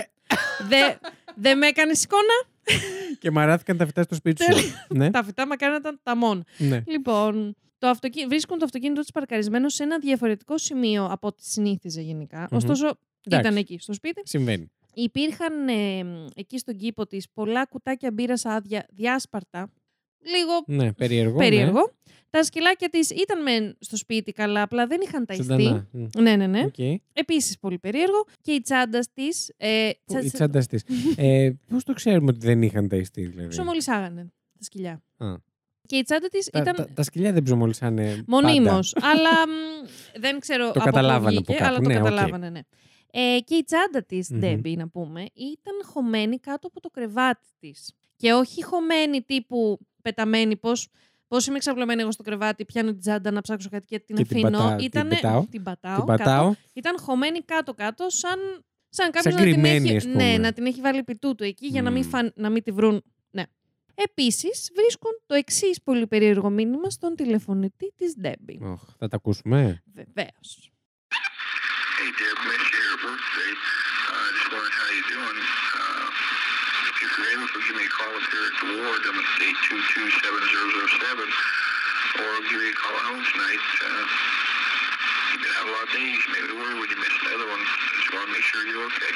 Δεν δε με έκανε εικόνα.
Και μαράθηκαν τα φυτά στο σπίτι σου. ναι.
Τα φυτά με κάνανε τα μόνα.
ναι.
Λοιπόν, το αυτοκι... βρίσκουν το αυτοκίνητο τη παρκαρισμένο σε ένα διαφορετικό σημείο από ό,τι συνήθιζε γενικά.
Μμμ.
Ωστόσο,
Εντάξει.
Ήταν εκεί στο σπίτι.
Συμβαίνει.
Υπήρχαν ε, μ, εκεί στον κήπο της πολλά κουτάκια μπύρας άδεια, διάσπαρτα. Λίγο
Ναι, περίεργο.
περίεργο. Τα σκυλάκια της ήταν μεν στο σπίτι καλά, απλά δεν είχαν
Ναι.
ταϊστεί.
Ζωντανά. Μμ.
Ναι, ναι, ναι.
Οκ.
Επίσης πολύ περίεργο. Και η τσάντας της. Ε,
Που- Η τσάντα της. ε, Πώς το ξέρουμε ότι δεν είχαν ταϊστεί, δηλαδή.
Ψωμολυσάγανε τα σκυλιά.
Α.
Και η τσάντα της
Τα,
ήταν.
τα, τα σκυλιά δεν ψωμολυσάνε.
Μονίμως. αλλά μ, δεν ξέρω. από πού
καταλάβανε από
βγήκε,
κάπου,
Αλλά το
ναι, οκ.
καταλάβανε, ναι. Ε, και η τσάντα της,
Μμμ.
Ντέμπι, να πούμε, ήταν χωμένη κάτω από το κρεβάτι της. Και όχι χωμένη τύπου πεταμένη, πώς. Πώς είμαι ξαπλωμένη εγώ στο κρεβάτι, πιάνω την τσάντα να ψάξω κάτι και την
Και την
αφήνω.
πατά- την
Ήτανε-
πετάω.
την πατάω.
Την
κάτω.
πατάω.
Ήταν χωμένη κάτω-κάτω, σαν, σαν κάποιος να, την
κρυμμένη,
έχει-
ας πούμε.
ναι, να την έχει βάλει επί τούτου εκεί για να, μην
Μμμ.
φαν- να μην τη βρουν. Ναι. Επίσης, βρίσκουν το εξής πολύ περίεργο μήνυμα στον τηλεφωνητή της Ντέμπι.
Οχ, θα τα ακούσουμε.
Βεβαίως.
Hey, Deb, Mitch here at work today. Uh, I just wondered how you doing. Uh, if you're able to give me a call up here at the ward, I'm at 822-7007, or I'll give you a call at home tonight. Uh, you've been out a lot of days. Maybe the word when you miss another one. Just want to make sure you're okay.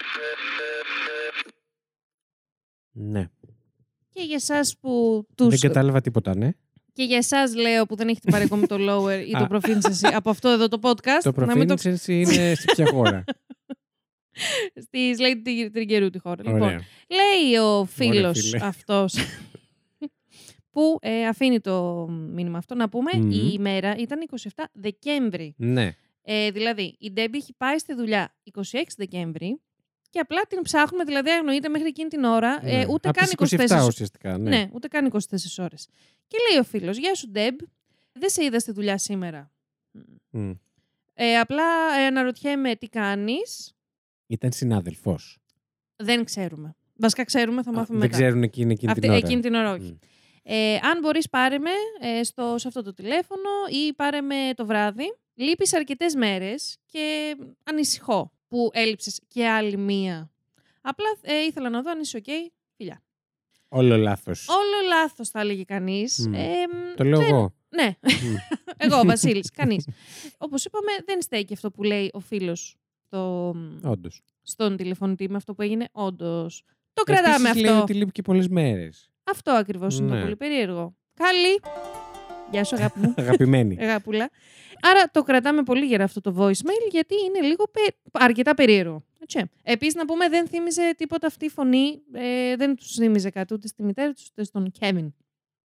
Bye.
Ναι.
Και για εσά που τους.
Δεν κατάλαβα τίποτα, ναι.
Και για εσά, λέω, που δεν έχετε πάρει ακόμη το lower ή το
Α.
proficiency από αυτό εδώ το podcast.
Το
να μην το
προφίλινγκ είναι σε ποια χώρα.
Τη λέει την Τριγκερού τη χώρα. Λοιπόν,
Ωραία.
Λέει ο φίλος
φίλε.
αυτός. που ε, αφήνει το μήνυμα αυτό να πούμε.
Μμμ.
Η ημέρα ήταν 27 Δεκέμβρη.
Ναι.
Ε, δηλαδή, η Ντέμπι έχει πάει στη δουλειά 26 Δεκέμβρη και απλά την ψάχνουμε, δηλαδή αγνοείται μέχρι εκείνη την ώρα, ε,
ναι.
ούτε,
Από
καν
τις
24,
27 ουσιαστικά.
ναι.
Ναι.
ούτε καν 24 ώρες. Και λέει ο φίλος, γεια σου Ντέμπ, δεν σε είδα στη δουλειά σήμερα.
Μμ.
Ε, απλά ε, αναρωτιέμαι τι κάνεις,
Ήταν συνάδελφος.
δεν ξέρουμε. Βασικά ξέρουμε, θα μάθουμε
Δεν
μετά.
ξέρουν εκείνη, εκείνη
Αυτή-
την ώρα.
Εκείνη την ώρα, όχι.
Μμ.
Ε, αν μπορείς πάρε με ε, στο, σε αυτό το τηλέφωνο ή πάρε με το βράδυ. Λείπεις αρκετές μέρες και ανησυχώ που έλειψες και άλλη μία. Απλά ε, ήθελα να δω αν είσαι οκ. Φιλιά.
Όλο λάθος.
Όλο λάθος θα έλεγε κανείς.
Μμ.
Ε, μ,
Το λέω
δεν-
εγώ.
Ναι,
Μμ.
εγώ, ο Βασίλης, κανείς. Όπως είπαμε, δεν στέκει αυτό που λέει ο φίλος στο,
Όντως.
στον τηλεφωνητή με αυτό που έγινε. Όντως. Το κρατάμε
Λέει
αυτό.
ότι λείπει και πολλές μέρες.
Αυτό ακριβώς είναι το
Ναι.
πολύ περίεργο. Καλή. Γεια σου αγάπη μου.
Αγαπημένη.
Γάπουλα. Άρα το κρατάμε πολύ γερά αυτό το voicemail, γιατί είναι λίγο πε- αρκετά περίεργο. Έτσι. Επίσης να πούμε δεν θύμιζε τίποτα αυτή η φωνή, ε, δεν τους θύμιζε κάτι ούτε στη μητέρα τους ούτε στον Κέβιν.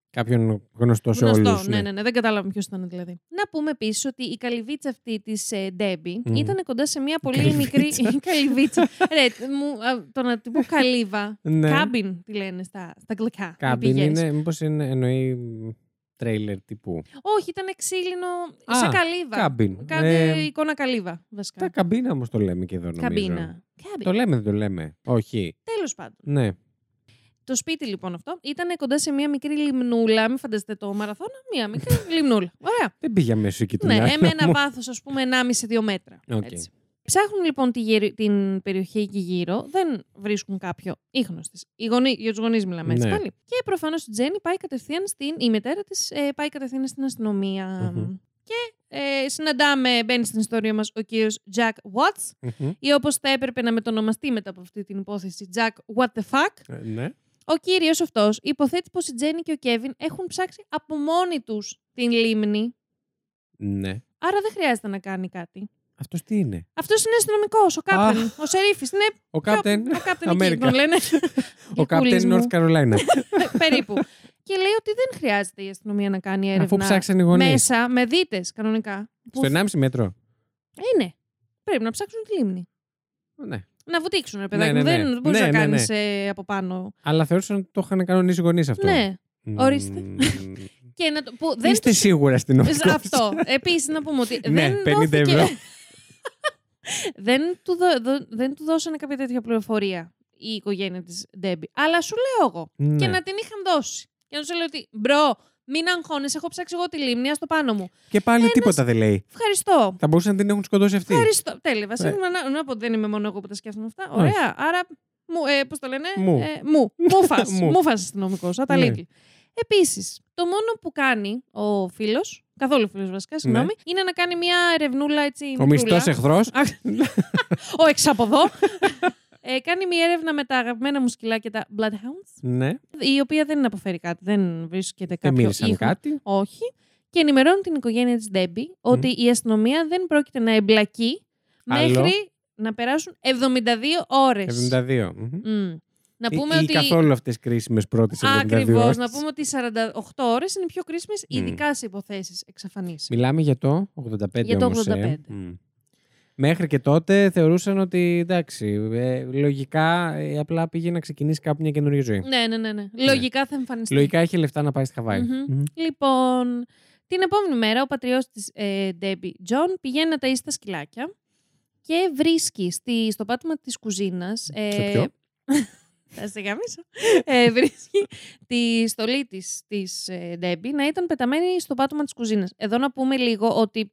Κάποιον γνωστό σε όλους.
ναι, ναι, ναι, δεν κατάλαβα ποιος ήταν δηλαδή. Να πούμε επίσης ότι η καλυβίτσα αυτή της ε, Ντέμπι
Μμμ.
ήταν κοντά σε μια πολύ
Καλυβίτσα.
μικρή. Η καλυβίτσα. Ρε, μου, α, το να την πω καλύβα.
Ναι.
Κάμπιν τη λένε στα, στα αγγλικά. οι
Κάμπιν
πηγές.
είναι, μήπως είναι, εννοεί μ, τρέιλερ τύπου.
Όχι, ήταν ξύλινο.
Α,
σε καλύβα.
Κάμπιν.
Κάτι
Ε,
εικόνα καλύβα, βασικά.
τα καμπίνα όμως το λέμε και εδώ νομίζω.
Καμπίνα. Κάμπι.
Το λέμε, δεν το λέμε. Όχι.
Τέλος πάντων.
Ναι.
Το σπίτι λοιπόν αυτό ήταν κοντά σε μία μικρή λιμνούλα. Μην φανταστείτε το μαραθώνα, μία μικρή λιμνούλα. Ωραία.
Δεν πήγε αμέσως εκεί το
ναι,
μυαλό
με ένα
μου.
βάθος, ας πούμε, 1,5-2 μέτρα.
Οκ.
Έτσι. Ψάχνουν λοιπόν τη γύρι- την περιοχή εκεί γύρω, δεν βρίσκουν κάποιο ίχνο τη. Γονεί... Για τους γονείς μιλάμε έτσι
Ναι.
πάλι. Και προφανώς η Τζέννη πάει κατευθείαν στην. Η μητέρα της πάει κατευθείαν στην αστυνομία.
Μμμ.
Και ε, συναντάμε, μπαίνει στην ιστορία μας ο κύριος Jack Watts,
Μμμ.
ή όπως θα έπρεπε να μετονομαστεί μετά από αυτή την υπόθεση, Jack What the fuck.
Ε, Ναι.
Ο κύριος αυτός υποθέτει πως η Τζέννη και ο Κέβιν έχουν ψάξει από μόνοι τους την λίμνη,
Ναι.
άρα δεν χρειάζεται να κάνει κάτι.
Αυτός τι είναι.
Αυτός είναι αστυνομικός, ο κάπτεν, ο σερίφης. Είναι
Ο
πιο-
Κάπτεν.
Ο κάπτεν εκεί
Αμέρικα.
τον λένε.
Ο Κάπτεν
Γλυκούλης μου.
North Carolina.
Περίπου. Και λέει ότι δεν χρειάζεται η αστυνομία να κάνει έρευνα.
Αφού ψάξαν οι γονείς.
Μέσα, με δίτες κανονικά. Που-
Στο 1,5 μέτρο.
Είναι. Πρέπει να ψάξουν τη λίμνη.
Ναι.
Να βουτήξουν, ρε παιδάκι
Ναι,
μου.
ναι, ναι.
Δεν μπορείς
Ναι,
να
ναι,
κάνεις
ναι.
από πάνω.
Αλλά θεώρησαν ότι το είχαν κανονίσει οι γονείς αυτό.
Ναι.
Μμμ.
ορίστε. Και να το, που δεν
Είστε
τους-
σίγουρα στην
Ζ-
οδό.
Αυτό. Επίσης να πούμε ότι.
Ναι,
δεν
50
δόθηκε-
ευρώ.
δεν, του δο- δο- δεν του δώσανε κάποια τέτοια πληροφορία η οικογένεια της Ντέμπι. Αλλά σου λέω εγώ.
Ναι.
Και να την είχαν δώσει. Και να σου λέω ότι μπρο, μην αγχώνεσαι, έχω ψάξει εγώ τη λίμνη, στο πάνω μου.
Και πάλι τίποτα δεν λέει.
Ευχαριστώ.
Θα μπορούσαν να την έχουν σκοτώσει αυτή.
Ευχαριστώ. Τέλεια, Βασίλη. μου, Να, να πω ότι δεν είμαι μόνο εγώ που τα σκέφτομαι αυτά.
Ε. Όχι.
Ωραία. Άρα, μου, ε, πώς το λένε,
Μου.
Ε, μου. Μούφας.
Μου.
Μούφας αστυνομικός, από τα
Ναι.
Lidl. Επίσης, το μόνο που κάνει ο φίλος, καθόλου φίλος βασικά, συγγνώμη, είναι να κάνει μια ερευνούλα έτσι.
Ναι. Ο
μικρούλα.
μισθό εχθρό.
Ο εξαποδό. ε, κάνει μια έρευνα με τα αγαπημένα μου σκυλάκια, τα Bloodhounds,
Ναι,
η οποία δεν αποφέρει κάτι, δεν βρίσκεται
δεν
κάποιο
μύρισαν
ήχο.
κάτι.
Όχι. Και ενημερώνει την οικογένεια της Ντέμπι ότι η αστυνομία δεν πρόκειται να εμπλακεί
Άλλο.
μέχρι να περάσουν 72 ώρε.
72. μμμ.
Να
Ή-
πούμε
ή
ότι.
καθόλου αυτές τι κρίσιμες πρώτες 72
Ακριβώς.
ώρες.
Να πούμε ότι οι 48 ώρες είναι οι πιο κρίσιμες, ειδικά σε υποθέσεις εξαφανίσεων.
Μιλάμε για το 85
Για το
όμως, ε.
85.
Μμ. Μέχρι και τότε θεωρούσαν ότι εντάξει, ε, λογικά ε, απλά πήγε να ξεκινήσει κάπου μια καινούργια ζωή.
Ναι, ναι, ναι, ναι. Λογικά θα εμφανιστεί.
Λογικά είχε λεφτά να πάει στη χαβαη
Μμμ. Λοιπόν, την επόμενη μέρα ο πατριός της ε, Debbie John πηγαίνει να ταΐσει τα σκυλάκια και βρίσκει στη, στο πάτωμα της κουζίνας... Ε,
Σε ποιο?
θα σε γαμίσω. Ε, βρίσκει τη στολή της, της ε, Debbie να ήταν πεταμένη στο πάτωμα της κουζίνας. Εδώ να πούμε λίγο ότι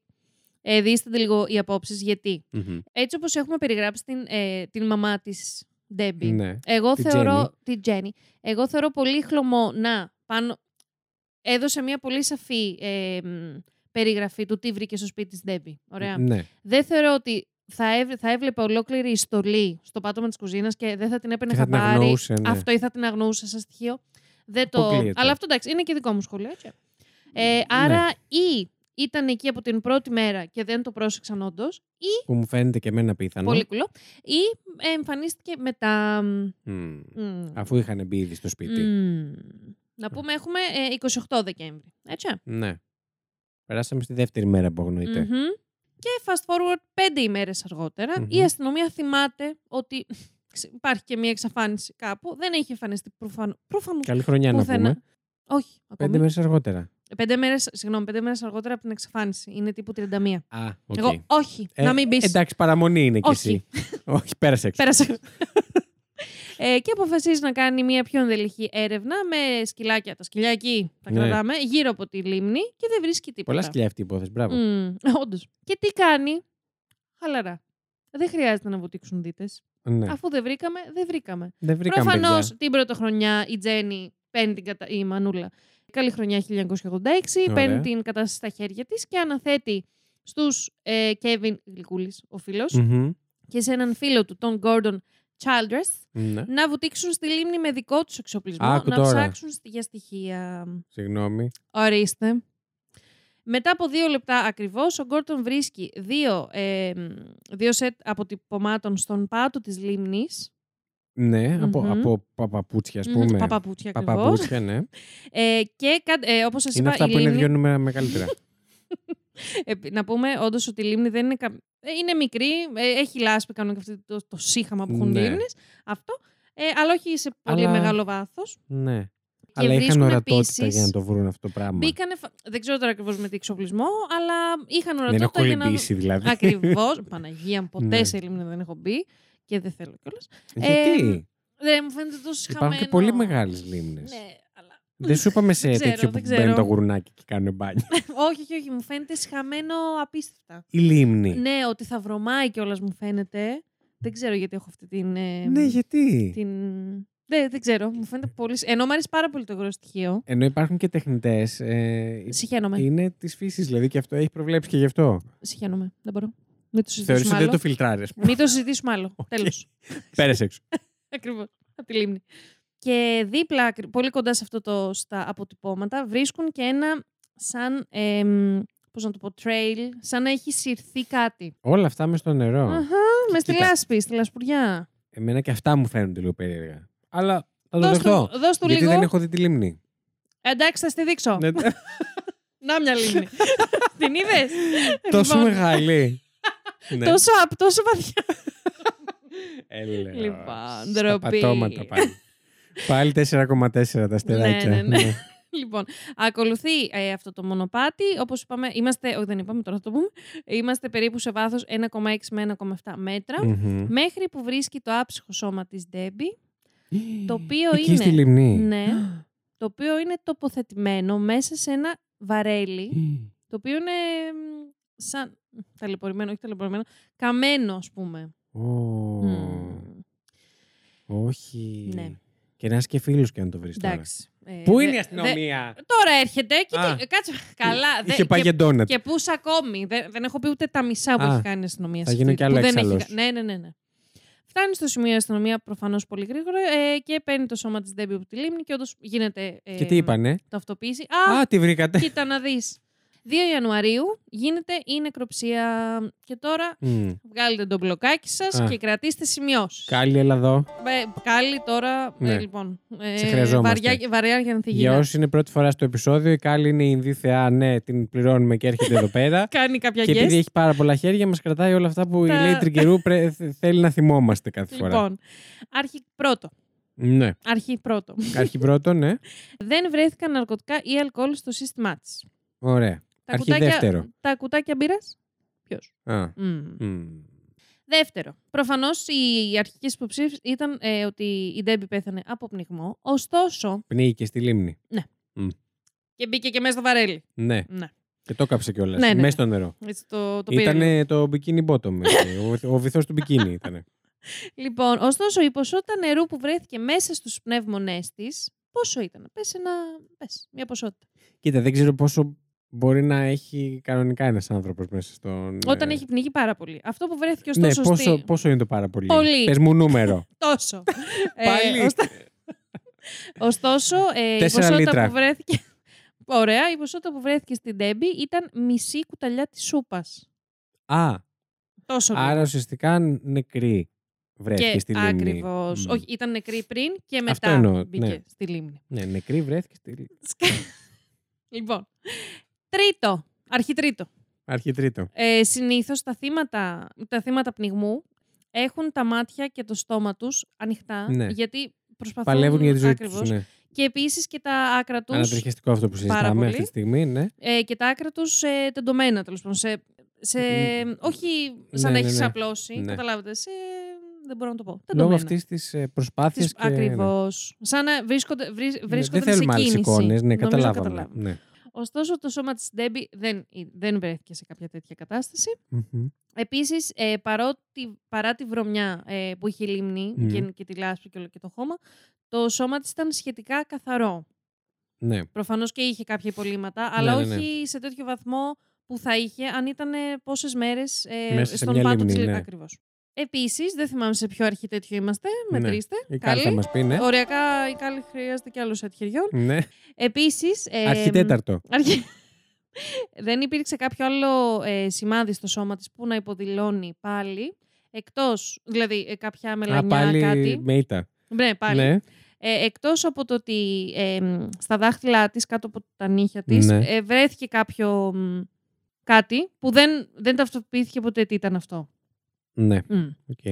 ε, διείστανται λίγο οι απόψεις γιατί. Έτσι όπως έχουμε περιγράψει την, ε, την μαμά της Debbie,
Ναι.
εγώ
Τη
θεωρώ. Την Τζέννη. Εγώ θεωρώ πολύ χλωμό να πάνω. Έδωσε μια πολύ σαφή ε, μ, περιγραφή του τι βρήκε στο σπίτι της Ντέμπι. Ωραία.
Ναι.
Δεν θεωρώ ότι θα, έβ- θα έβλεπε ολόκληρη η στολή στο πάτωμα της κουζίνας και δεν θα την έπαιρνε
Και θα την
χαμπάρι.
αγνοούσε. Ναι.
Αυτό ή θα την αγνοούσε σαν στοιχείο. Δεν το...
Αποκλείεται. ναι.
Αλλά αυτό εντάξει, είναι και δικό μου σχολείο. έτσι. Ε, Άρα ή ήταν εκεί από την πρώτη μέρα και δεν το πρόσεξαν όντως, ή
Που μου φαίνεται και εμένα πιθανό.
πολύ κουλό, ή ε, εμφανίστηκε μετά. μ,
Μμ.
μ,
Αφού είχαν μπει ήδη στο σπίτι.
Μμμ. Να πούμε, έχουμε ε, 28 Δεκέμβρη. Έτσι.
Ναι. Περάσαμε στη δεύτερη μέρα που αγνοείται.
Μμμ. Και fast forward πέντε ημέρες αργότερα,
Μμμ.
η αστυνομία θυμάται ότι ξε- υπάρχει και μία εξαφάνιση κάπου. Δεν έχει εμφανιστεί προφανώ.
Καλή χρονιά να
Πουθενά.
πούμε.
Όχι, ακόμη. Πέντε,
Πέντε μέρε αργότερα.
μέρες, συγγνώμη, πέντε μέρες αργότερα από την εξαφάνιση. Είναι τύπου 31.
Α, οκ.
Εγώ, όχι,
Ε,
να μην πεις.
Εντάξει, παραμονή είναι κι
Όχι.
εσύ. Όχι, πέρασε έξω.
Πέρασε. ε, και αποφασίζει να κάνει μια πιο ενδελεχή έρευνα με σκυλάκια. Τα σκυλιά εκεί τα
Ναι.
κρατάμε γύρω από τη λίμνη και δεν βρίσκει τίποτα.
Πολλά σκυλιά αυτή η υπόθεση. Μπράβο.
Mm, Όντως. Και τι κάνει. Χαλαρά. Δεν χρειάζεται να βουτήξουν δίτες.
Ναι.
Αφού δεν βρήκαμε, δεν βρήκαμε.
Δεν βρήκαμε
Προφανώς
παιδιά.
την πρωτοχρονιά η Τζέννη παίρνει την κατα... η Μανούλα. Καλή χρονιά 1986. Παίρνει
Ωραία.
την κατάσταση στα χέρια της και αναθέτει στους ε, Κέβιν Γλυκούλης, ο φίλος,
Μμμ.
και σε έναν φίλο του, τον Gordon Childress,
Ναι.
να βουτήξουν στη λίμνη με δικό τους εξοπλισμό,
Άκου
να
τώρα.
ψάξουν στη- για στοιχεία.
Συγγνώμη.
Ορίστε. Μετά από δύο λεπτά ακριβώς, ο Γκόρτον βρίσκει δύο, ε, δύο σετ αποτυπωμάτων στον πάτο της λίμνης.
Ναι, από,
Μμμ.
από παπαπούτσια, ας
Μμμ,
πούμε.
Παπαπούτσια ακριβώς.
Παπαπούτσια, ναι.
Ε, και κα- ε, όπως σας
Είναι
είπα,
αυτά
η
που είναι
λίμνη...
δύο νούμερα μεγαλύτερα.
ε, να πούμε όντως ότι η λίμνη δεν είναι... κα- ε, είναι μικρή, ε, έχει λάσπη, κάνουν και αυτό το, το σύχαμα που έχουν
Ναι.
λίμνες. Αυτό. Ε, αλλά όχι σε πολύ
Αλλά-
μεγάλο βάθος.
ναι.
Και
Αλλά είχαν
βρίσκουν
ορατότητα
επίσης-
για να το βρουν αυτό το πράγμα.
Μπήκανε, φα- δεν ξέρω τώρα ακριβώς με τι εξοπλισμό, αλλά είχαν
Δεν έχω
ορατότητα για να... δουν-
κολυμπήσει δηλαδή.
Ακριβώς. Παναγία μου, ποτέ
Ναι.
σε Ελλήνη δεν έχω μπει και δεν θέλω κιόλας.
Ε, Γιατί
Δεν μου φαίνεται τόσο Ε, χαμένο.
υπάρχουν και πολύ μεγάλες λίμνες.
Ναι, αλλά.
Δεν σου είπαμε σε
Δεν ξέρω,
τέτοιο που
δεν ξέρω.
μπαίνουν τα γουρνάκια και κάνουν μπάνιο.
όχι, όχι, όχι, μου φαίνεται σχαμένο απίστευτα.
Η λίμνη.
ναι, ότι θα βρωμάει κιόλας μου φαίνεται. Δεν ξέρω γιατί έχω αυτή την. ε,
Ναι, γιατί.
την... Ναι, Δεν, δεν ξέρω, μου φαίνεται πολύ. Ενώ μου αρέσει πάρα πολύ το υγρό στοιχείο.
Ενώ υπάρχουν και τεχνητές. Ε,
Συχαίνομαι.
είναι της φύσης, δηλαδή και αυτό έχει προβλέψει και γι' αυτό.
Συχαίνομαι. Δεν μπορώ. Μην το
ε, Θεωρείς
συζητήσουμε
ότι δεν το
άλλο.
φιλτράρε.
Μην το συζητήσουμε άλλο. Τέλος.
Πέρασε έξω.
Ακριβώς. Από τη λίμνη. Και δίπλα, ακρι- πολύ κοντά σε αυτό το στα αποτυπώματα, βρίσκουν και ένα σαν. εμ, πώς να το πω, trail, σαν να έχει συρθεί κάτι.
Όλα αυτά μες στο νερό.
Αχα, μες στη
κοίτα.
λάσπη, στη λασπουριά.
Εμένα και αυτά μου φαίνονται λίγο περίεργα. Αλλά θα το
Δώσ' του-
δεχτώ.
δώσ' του
Γιατί
λίγο. λοιπόν.
δεν έχω δει τη λίμνη.
Εντάξει, θα στη δείξω.
Ναι,
Να μια λίμνη. Την είδες.
Τόσο μεγάλη. Ναι.
Τόσο απ, τόσο βαθιά.
Έλεος.
Λοιπόν,
Στα
ντροπή.
πατώματα πάλι. Πάλι 4,4 τα αστεράκια.
Ναι, ναι, ναι. Λοιπόν, ακολουθεί ε, αυτό το μονοπάτι. Όπως είπαμε, είμαστε. Όχι, δεν είπαμε, τώρα θα το πούμε. Είμαστε περίπου σε βάθος 1,6 με 1,7 μέτρα.
Μμμ.
Μέχρι που βρίσκει το άψυχο σώμα της Ντέμπι, το οποίο
Εκεί
είναι-
στη λιμνή.
ναι, το οποίο είναι τοποθετημένο μέσα σε ένα βαρέλι, το οποίο είναι μ, σαν ταλαιπωρημένο, όχι ταλαιπωρημένο, καμένο, ας πούμε.
Ω,
Μμμ.
Όχι.
Ναι.
Και να είσαι και φίλος και να το βρεις τώρα.
Εντάξει. Ε,
Πού
δε-
είναι η
δε-
αστυνομία.
Τώρα έρχεται και.
Α.
τι- Κάτσε. Καλά. δε-
Είχε πάει
και,
για ντόνατ.
και πού ακόμη. Δεν, δεν έχω πει ούτε τα μισά που
Α,
έχει κάνει η αστυνομία.
θα
σε
γίνω
αυτή-
κι άλλο
που δεν
έξαλλος.
έχει κα- Ναι, ναι, ναι. ναι. Φτάνει στο σημείο η αστυνομία προφανώς πολύ γρήγορα ε, και παίρνει το σώμα της Ντέμπι από τη λίμνη και όντως γίνεται. ε,
Και τι είπανε.
Ταυτοποίηση. Α,
Α, τη βρήκατε.
κοίτα να δεις. 2 Ιανουαρίου γίνεται η νεκροψία. Και τώρα
Μμ.
βγάλετε το μπλοκάκι σας
Α.
και κρατήστε σημειώσεις.
Κάλλη έλα εδώ.
Ε, Κάλλη τώρα. ε,
Ναι.
λοιπόν. ε,
Σε χρειαζόμαστε.
βαριά- Βαριά για να
Για όσοι είναι πρώτη φορά στο επεισόδιο, η Κάλλη είναι η Ινδή θεά, ναι, την πληρώνουμε και έρχεται εδώ πέρα.
Κάνει κάποια
και
guest.
επειδή έχει πάρα πολλά χέρια, μας κρατάει όλα αυτά που η
Τα-
Λέη Τριγκερού πρέ- θε- θέλει να θυμόμαστε κάθε φορά.
Λοιπόν, αρχή πρώτο.
Ναι.
Αρχή πρώτο.
Αρχή πρώτον, ναι.
Δεν βρέθηκαν ναρκωτικά ή αλκοόλ στο σύστημά της.
Ωραία.
Τα,
Αρχή
κουτάκια-
δεύτερο.
τα κουτάκια μπύρας. Ποιος.
Α. μμ.
Δεύτερο. Προφανώς οι αρχικέ υποψήφιε ήταν ε, ότι η Ντέμπι πέθανε από πνιγμό. Ωστόσο.
Πνίγηκε στη λίμνη.
Και μπήκε και μέσα στο βαρέλι.
Ναι.
Ναι.
Και το έκαψε κιόλας.
Ναι, ναι, ναι.
Μέσα στο νερό.
Έτσι το, το πήρε.
Ήταν το μπικίνι bottom. έτσι. ο ο βυθός του μπικίνι ήταν.
Λοιπόν, ωστόσο η ποσότητα νερού που βρέθηκε μέσα στους πνεύμονές της, πόσο ήταν, πες ένα, πες, μια ποσότητα.
Κοίτα, δεν ξέρω πόσο μπορεί να έχει κανονικά ένας άνθρωπος μέσα στον.
Όταν
ε,
έχει πνιγεί πάρα πολύ. Αυτό που βρέθηκε
Ναι,
ωστόσο
πόσο,
στη...
πόσο είναι το πάρα πολύ.
Πολύ.
Πες μου νούμερο.
Τόσο. Ε,
Πάλι.
ωστα- Ωστόσο, ε, η
Τέσσερα
ποσότητα
λίτρα.
που βρέθηκε... Ωραία, η ποσότητα που βρέθηκε στην Ντέμπι ήταν μισή κουταλιά της σούπας.
Α,
Τόσο
άρα ουσιαστικά νεκρή βρέθηκε
και
στη λίμνη.
ακριβώς.
Μ.
Όχι, ήταν νεκρή πριν και μετά
Αυτό εννοώ,
μπήκε
ναι.
στη λίμνη.
Ναι, νεκρή βρέθηκε στη λίμνη.
λοιπόν, τρίτο, αρχή τρίτο.
Αρχή τρίτο.
Ε, συνήθως τα θύματα, τα θύματα πνιγμού έχουν τα μάτια και το στόμα τους ανοιχτά,
Ναι.
γιατί προσπαθούν
Παλεύουν για τη ζωή τους.
ακριβώς.
Ναι.
Και επίσης και τα άκρα τους,
Ανατριχιαστικό αυτό που συζητάμε
πολύ.
αυτή τη στιγμή. Ναι.
ε, και τα άκρα τους ε, τεντωμένα, τέλος πάντων. Σε, σε,
Μ.
όχι
Ναι,
σαν να
ναι,
έχεις
ναι.
απλώσει,
Ναι.
καταλάβετε, σε, δεν μπορώ να το πω.
Λόγω ε,
Τεντωμένα.
αυτής της προσπάθεια.
Τις, Ακριβώς. Σαν να βρίσκονται, βρί- βρίσκονται
ναι. Δεν θέλουμε
σε
άλλες
κίνηση.
εικόνες. Ναι,
Νομίζω
καταλάβαμε.
καταλάβαμε.
Ναι.
Ωστόσο, το σώμα της Ντέμπι δεν, δεν βρέθηκε σε κάποια τέτοια κατάσταση.
Μμμ.
Επίσης, ε, παρότι, παρά τη βρωμιά ε, που είχε η λίμνη
Μμμ.
και, και τη λάσπη και, όλο και το χώμα, το σώμα της ήταν σχετικά καθαρό.
Ναι.
Προφανώς και είχε κάποια υπολείμματα, αλλά
ναι, ναι.
όχι σε τέτοιο βαθμό που θα είχε αν ήταν πόσες μέρες
Μέσα σε
ε, στον
μια
πάτο της
λίμνη,
λίμνη.
ναι.
Ακριβώς. Επίσης, δεν θυμάμαι σε ποιο αρχή τέτοιο είμαστε.
Ναι.
Μετρήστε. Καλή.
Η Κάλλη θα μα πει, ναι.
Οριακά η κάλλη χρειάζεται κι άλλο set χεριών.
ναι.
Επίσης. Ε,
Αρχιτέταρτο.
Αρχι- Δεν υπήρξε κάποιο άλλο ε, σημάδι στο σώμα της που να υποδηλώνει πάλι, εκτός, δηλαδή ε, κάποια
Α,
μελανιά,
πάλι
κάτι.
με ήττα.
Ναι, πάλι.
Ναι.
Ε, εκτός από το ότι ε, μ, στα δάχτυλά της, κάτω από τα νύχια της,
Ναι.
ε, βρέθηκε κάποιο μ, κάτι που δεν, δεν ταυτοποιήθηκε ποτέ τι ήταν αυτό.
ναι.
Μμ.
οκ.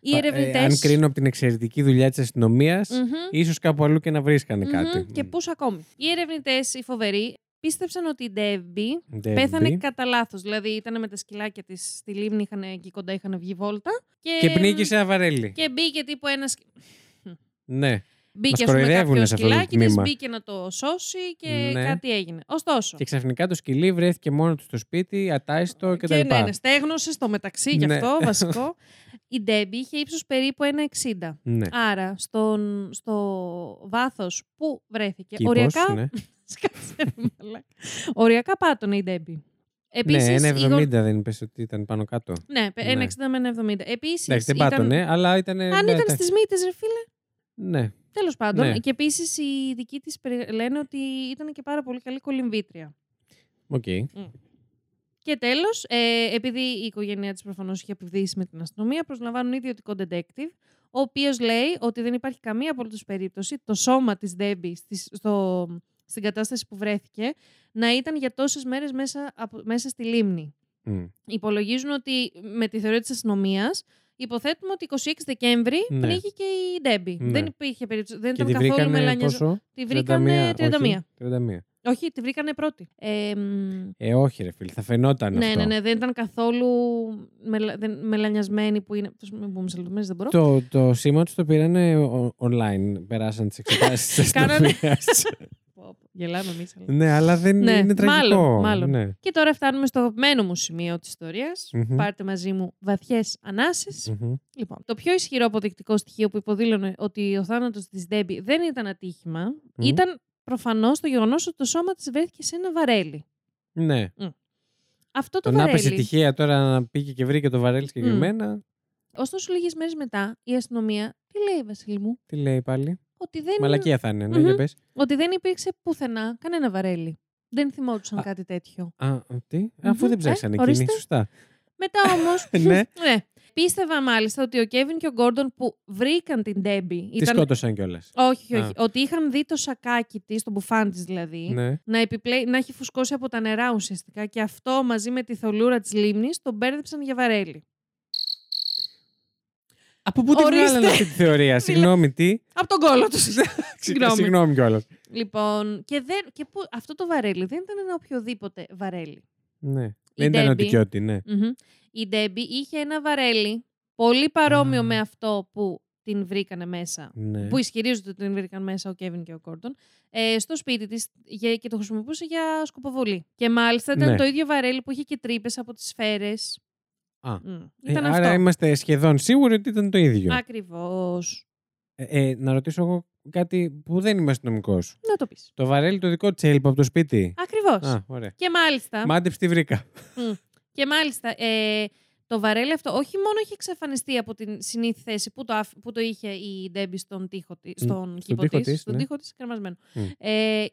Οι
Α, ε, αν
ερευνητές...
κρίνω από την εξαιρετική δουλειά της αστυνομίας,
Μμμ.
ίσως κάπου αλλού και να βρίσκανε
Μμμ.
κάτι.
Και πούς ακόμη. Οι ερευνητές, οι φοβεροί, πίστεψαν ότι η Ντέμπι
Ντέβι.
Πέθανε κατά λάθος. Δηλαδή ήταν με τα σκυλάκια της στη λίμνη, είχαν, εκεί κοντά είχαν βγει βόλτα. Και,
Και πνίγει σε ένα βαρέλι.
Και μπήκε τύπου ένας.
Ναι.
Μπήκε
Μας
ας πούμε,
κοροϊδεύουνε
κάποιο
σε αυτό το
σκυλάκι τη,
τμήμα.
μπήκε να το σώσει και
Ναι.
κάτι έγινε. Ωστόσο.
Και ξαφνικά το σκυλί βρέθηκε μόνο του στο σπίτι, ατάιστο κτλ.
και ναι, ναι, στέγνωσε στο μεταξύ, γι'
Ναι.
αυτό βασικό. Η Ντέμπι είχε ύψος περίπου 1,60.
ναι.
Άρα, στον, στο βάθος που βρέθηκε,
Κήπος,
οριακά.
ναι.
Σκάσε, ρε μαλάκα. Οριακά πάτωνε η Ντέμπι. Επίσης,
ναι,
η
ένα 70
γον-
δεν είπες ότι ήταν πάνω κάτω.
Ναι, 1,60 με 1,70. Επίσης.
Εντάξει, δεν πάτωνε, αλλά ήταν.
Αν ήταν στις μύτες, ρε φίλε.
Ναι.
Τέλος πάντων.
Ναι.
Και επίσης οι δικοί της λένε ότι ήταν και πάρα πολύ καλή κολυμβήτρια.
Οκ.
Και τέλος, ε, επειδή η οικογένειά της προφανώς είχε επιβδίσει με την αστυνομία, προσλαμβάνουν ιδιωτικό detective, ο οποίος λέει ότι δεν υπάρχει καμία απολύτως περίπτωση το σώμα της Ντέμπι στις- στο, στην κατάσταση που βρέθηκε να ήταν για τόσες μέρες μέσα, από- μέσα στη λίμνη.
Μμ.
υπολογίζουν ότι με τη θεωρία της αστυνομίας υποθέτουμε ότι 26 Δεκέμβρη
Ναι.
πνίγηκε η Ντέμπι.
Ναι.
Δεν υπήρχε περίπτωση. Δεν
Και
ήταν
τη
καθόλου
βρήκανε
μελανιαζό.
πόσο?
Τη βρήκανε 31.
όχι, 31.
Όχι, τη βρήκανε πρώτη. Ε, μ,
Ε, όχι ρε φίλε, θα φαινόταν
ναι,
αυτό.
ναι, ναι, δεν ήταν καθόλου μελα, δεν, μελανιασμένη που είναι. Πώς- Μην μπούμε σε λεπτομέρειες, δεν μπορώ.
Το, το σήμα του το πήρανε ο- online. Περάσαν τις εξετάσεις της
Κάνανε-
αστυνομία.
Πω, πω. Γελάμε εμείς.
Ναι, αλλά δεν
Ναι,
είναι τραγικό.
μάλλον, μάλλον.
Ναι.
Και τώρα φτάνουμε στο μένο μου σημείο της ιστορια
Μμμ.
Πάρτε μαζί μου βαθιές ανάσεις.
Μμμ.
Λοιπόν, το πιο ισχυρό αποδεικτικό στοιχείο που υποδήλωνε ότι ο θάνατος της Ντέμπι δεν ήταν ατύχημα
Μμ.
ήταν προφανώς το γεγονός ότι το σώμα της βρέθηκε σε ένα βαρέλι.
Ναι.
Αυτό το
Τον άπεσε
βαρέλι.
τυχαία τώρα να πήγε και βρήκε το βαρέλι
Μμ.
συγκεκριμένα.
Ωστόσο, λίγες μέρες μετά η αστυνομία τι λέει, Βασίλη μου,
Τι λέει πάλι.
ότι δεν,
Μαλακία θα είναι. Ναι,
Μμμ.
για πες.
ότι δεν υπήρξε πουθενά κανένα βαρέλι. Δεν θυμόντουσαν
Α.
κάτι τέτοιο.
Α, τι.
Μμμ.
Αφού
Ε,
δεν ψάξανε
ορίστε.
εκείνοι, σωστά.
Μετά όμως.
Ναι.
Πίστευα μάλιστα ότι ο Κέβιν και ο Γκόρντον που βρήκαν την Ντέμπι.
Τη σκότωσαν κιόλας.
Όχι, όχι.
Α.
Ότι είχαν δει το σακάκι της, τον μπουφάν της δηλαδή,
Ναι.
να, επιπλέει, να έχει φουσκώσει από τα νερά ουσιαστικά και αυτό μαζί με τη θολούρα της λίμνης τον μπέρδεψαν για βαρέλι.
Από πού την
Ορίστε.
βγάλανε αυτή τη θεωρία. Συγγνώμη, τι.
Από τον κόλο τους. Συγγνώμη.
Συγγνώμη κιόλας.
λοιπόν, και, δεν, και που, αυτό το βαρέλι δεν ήταν ένα οποιοδήποτε βαρέλι.
Ναι.
Η
Δεν ήταν
Debbie-
ότι και ότι, ναι.
Μμμ. Η Ντέμπι είχε ένα βαρέλι πολύ παρόμοιο
Α.
με αυτό που την βρήκανε μέσα.
Ναι.
Που ισχυρίζονται ότι την βρήκαν μέσα ο Κέβιν και ο Κόρντον, ε, στο σπίτι της και το χρησιμοποιούσε για σκοποβολή. Και μάλιστα ήταν
Ναι.
το ίδιο βαρέλι που είχε και τρύπες από τις σφαίρες.
Α. Ε,
Ήταν
Άρα
αυτό.
είμαστε σχεδόν σίγουροι ότι ήταν το ίδιο.
Ακριβώς.
Ε, ε, να ρωτήσω εγώ κάτι που δεν είμαι αστυνομικός.
Να το πεις.
Το βαρέλι το δικό της έλειπε από το σπίτι.
Ακριβώς.
Α, ωραία.
Και μάλιστα.
Μάντεψε τη βρήκα.
Και μάλιστα ε, το βαρέλι αυτό όχι μόνο είχε εξαφανιστεί από την συνήθη θέση που το, αφ- που το είχε η Ντέμπι στον τοίχο τη,
Μ,
στον
στον
κήπο
τοίχο
της,
της,
στον
ναι.
τοίχο της κρεμασμένο.
Μ.
Ε, υ-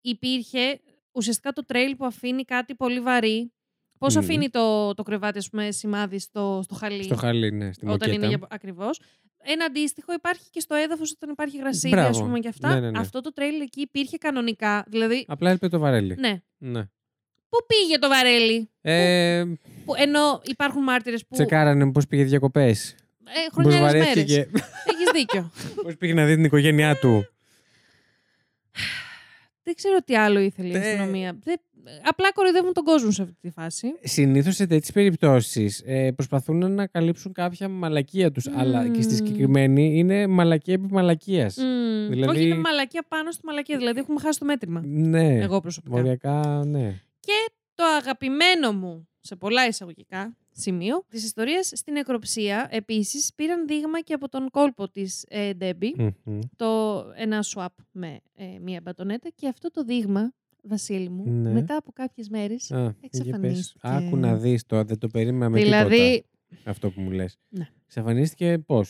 υπήρχε ουσιαστικά το τρέιλ που αφήνει κάτι πολύ βαρύ. Πώς
Μμ.
αφήνει το, το κρεβάτι, ας πούμε, σημάδι στο, στο χαλί.
Στο χαλί, ναι, στη
Όταν
μοκέτα.
είναι για... ακριβώς. Ένα αντίστοιχο υπάρχει και στο έδαφος όταν υπάρχει γρασίδι, ας
Μπράβο.
πούμε, και αυτά.
Ναι, ναι, ναι.
Αυτό το τρέιλ εκεί υπήρχε κανονικά. Δηλαδή,
Απλά έλειπε το βαρέλι.
ναι.
Ναι.
Πού πήγε το βαρέλι,
Ε,
που, ενώ υπάρχουν μάρτυρες που
Τσεκάρανε πώς πήγε διακοπές.
Ε,
Πώ
χρονιάρες μέρες.
βαρέθηκε.
Έχεις δίκιο.
πώς πήγε να δει την οικογένειά του.
Δεν ξέρω τι άλλο ήθελε η
Τε-
αστυνομία. Δεν- Απλά κοροϊδεύουν τον κόσμο σε αυτή τη φάση.
Συνήθως σε τέτοιες περιπτώσεις προσπαθούν να καλύψουν κάποια μαλακία τους.
Μμμ.
Αλλά και στη συγκεκριμένη είναι μαλακία επί μαλακίας.
Μμμ,
Δηλαδή-
Όχι, είναι μαλακία πάνω στη μαλακία. Δηλαδή, έχουμε χάσει το μέτρημα.
Ναι.
Εγώ προσωπικά.
Μοριακά, ναι.
Το αγαπημένο μου, σε πολλά εισαγωγικά, σημείο της ιστορίας στην νεκροψία. Επίσης, πήραν δείγμα και από τον κόλπο της ε, Ντέμπι.
Μμμ.
Το, ένα swap με ε, μία μπατονέτα. Και αυτό το δείγμα, Βασίλη μου,
Ναι.
μετά από κάποιες μέρες.
Α, για πες.
Εξαφανίστηκε.
Άκου να δεις το, δεν το περίμενα με
Δηλαδή,
τίποτα αυτό που μου λες.
Ναι.
Εξαφανίστηκε πώς.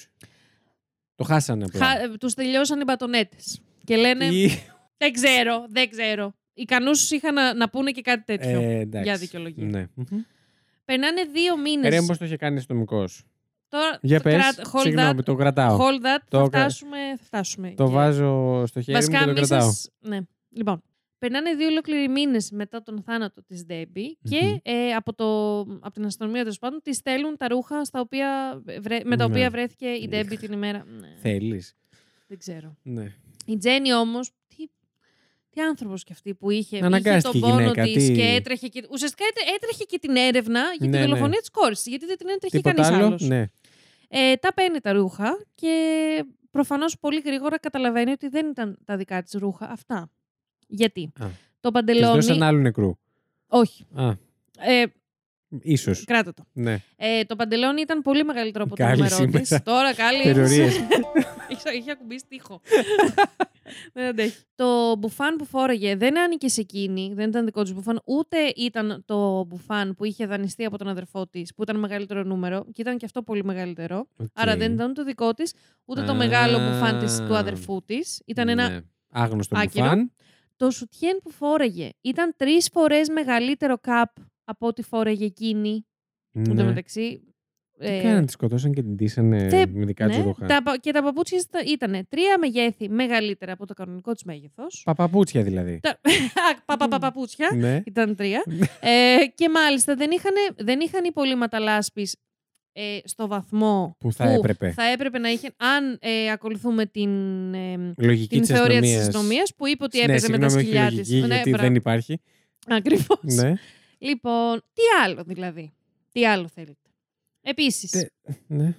Το χάσανε απλά.
Χα... ναι, Τους τελειώσαν οι μπατονέτες. Και λένε.
Ή-
Δεν ξέρω, δεν ξέρω. Ικανούς είχαν να, να πούνε και κάτι τέτοιο.
Ε, εντάξει.
Για δικαιολογία. Ναι.
Ναι. Ε,
Περνάνε δύο μήνες.
Ρε, πώ το είχε κάνει αστυνομικός.
Τώρα.
Για πε.
hold, that,
Συγγνώμη, το κρατάω.
hold that.
Το
θα
κρα-
φτάσουμε. Θα φτάσουμε.
Το
Και-
βάζω στο χέρι μου και το
μη
κρατάω.
σας- Ναι. Λοιπόν. Περνάνε δύο ολόκληροι μήνες μετά τον θάνατο της ντεμπι
Μμμ.
και ε, από, το, από την αστυνομία τέλος πάντων της στέλνουν τα ρούχα στα οποία, βρε- με τα
Ναι.
οποία βρέθηκε η
Ιχ.
Ντέμπι την ημέρα. Ναι,
Θέλεις.
δεν ξέρω.
Ναι.
Η Τζέννη όμως. Τι, τι άνθρωπος κι αυτή που είχε,
Να
είχε
αναγκάστηκε
τον
η
πόνο
γυναίκα,
της
τι-
και έτρεχε. Και, ουσιαστικά έτρε- έτρεχε και την έρευνα για
Ναι,
τη
ναι.
δολοφονία της κόρης. Γιατί δεν την έτρεχε κανεί
Τίποτα άλλο.
άλλος.
Ναι.
Ε, τα παίρνει τα ρούχα και προφανώς πολύ γρήγορα καταλαβαίνει ότι δεν ήταν τα δικά της ρούχα αυτά. Γιατί.
Α.
Το
Τη
παντελόνι.
δώσαν άλλου νεκρού.
Όχι.
Α,
Ε,
ίσως.
κράτα το.
Ναι.
Ε, το παντελόνι ήταν πολύ μεγαλύτερο από το
Κάλλη
νούμερό τη.
σήμερα.
Τώρα καλή.
Περιορίες.
Είχε, είχε ακουμπήσει τοίχο. δεν αντέχει. Το μπουφάν που φόρεγε δεν άνοιγε σε εκείνη, δεν ήταν δικό τη μπουφάν, ούτε ήταν το μπουφάν που είχε δανειστεί από τον αδερφό της, που ήταν μεγαλύτερο νούμερο, και ήταν και αυτό πολύ μεγαλύτερο. Άρα δεν ήταν ούτε δικό της, ούτε το
Α. Ναι.
μεγάλο μπουφάν της, του αδερφού της. Ήταν ένα.
Άγνωστο
άκυρο.
μπουφάν.
Το σουτιέν που φόρεγε ήταν τρεις φορές μεγαλύτερο καπ από ό,τι φόρεγε εκείνη. Εν τω
Ναι.
μεταξύ.
Τι
ε,
κάνανε, τη σκοτώσαν και την τύσανε
τε-
με δικά
ναι,
του ρούχα.
τα, πα- και τα παπούτσια ήταν τρία μεγέθη μεγαλύτερα από το κανονικό της μέγεθος.
Παπαπούτσια δηλαδή.
Τα α, πα- πα- πα- παπούτσια.
Ναι.
Ήταν τρία. Ε, και μάλιστα δεν είχαν, δεν είχαν υπολείμματα λάσπης ε, στο βαθμό
Που θα έπρεπε.
θα έπρεπε να είχε, αν ε, ακολουθούμε την, ε,
Λογική Ναι,
την
της
θεωρία της
αστυνομίας.
αστυνομίας που είπε ότι έπαιζε με τα σκυλιά Ναι, τη.
γιατί δεν υπάρχει.
Ακριβώς.
Ναι.
Λοιπόν, τι άλλο δηλαδή. Τι άλλο θέλετε. Επίσης,
Τε- ναι.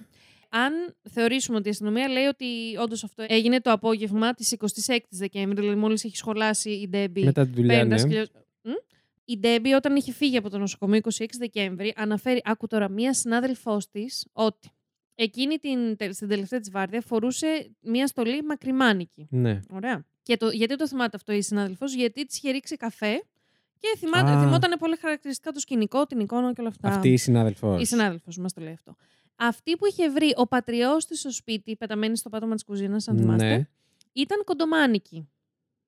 αν θεωρήσουμε ότι η αστυνομία λέει ότι όντως αυτό έγινε το απόγευμα της 26η Δεκέμβρη, δηλαδή μόλις έχει σχολάσει η Ντέμπι.
Μετά τη δουλειά, ναι.
παίρνοντας χιλιό- Μμ? Η Ντέμπι, όταν είχε φύγει από το νοσοκομείο 26 Δεκέμβρη, αναφέρει, άκου τώρα, μία συνάδελφός της ότι εκείνη την, τε- στην τελευταία της βάρδια φορούσε μία στολή μακριμάνικη.
ναι.
Ωραία. Και το, γιατί το θυμάται αυτό η συνάδελφος, Γιατί της είχε ρίξει καφέ και θυμάται,
Α.
θυμόταν πολύ χαρακτηριστικά το σκηνικό, την εικόνα και όλα αυτά.
Αυτή η συνάδελφος.
Η συνάδελφος μας το λέει αυτό. Αυτή που είχε βρει ο πατριός της στο σπίτι, πεταμένη στο πάτωμα της κουζίνας, αν θυμάστε,
Ναι.
ήταν κοντομάνικη.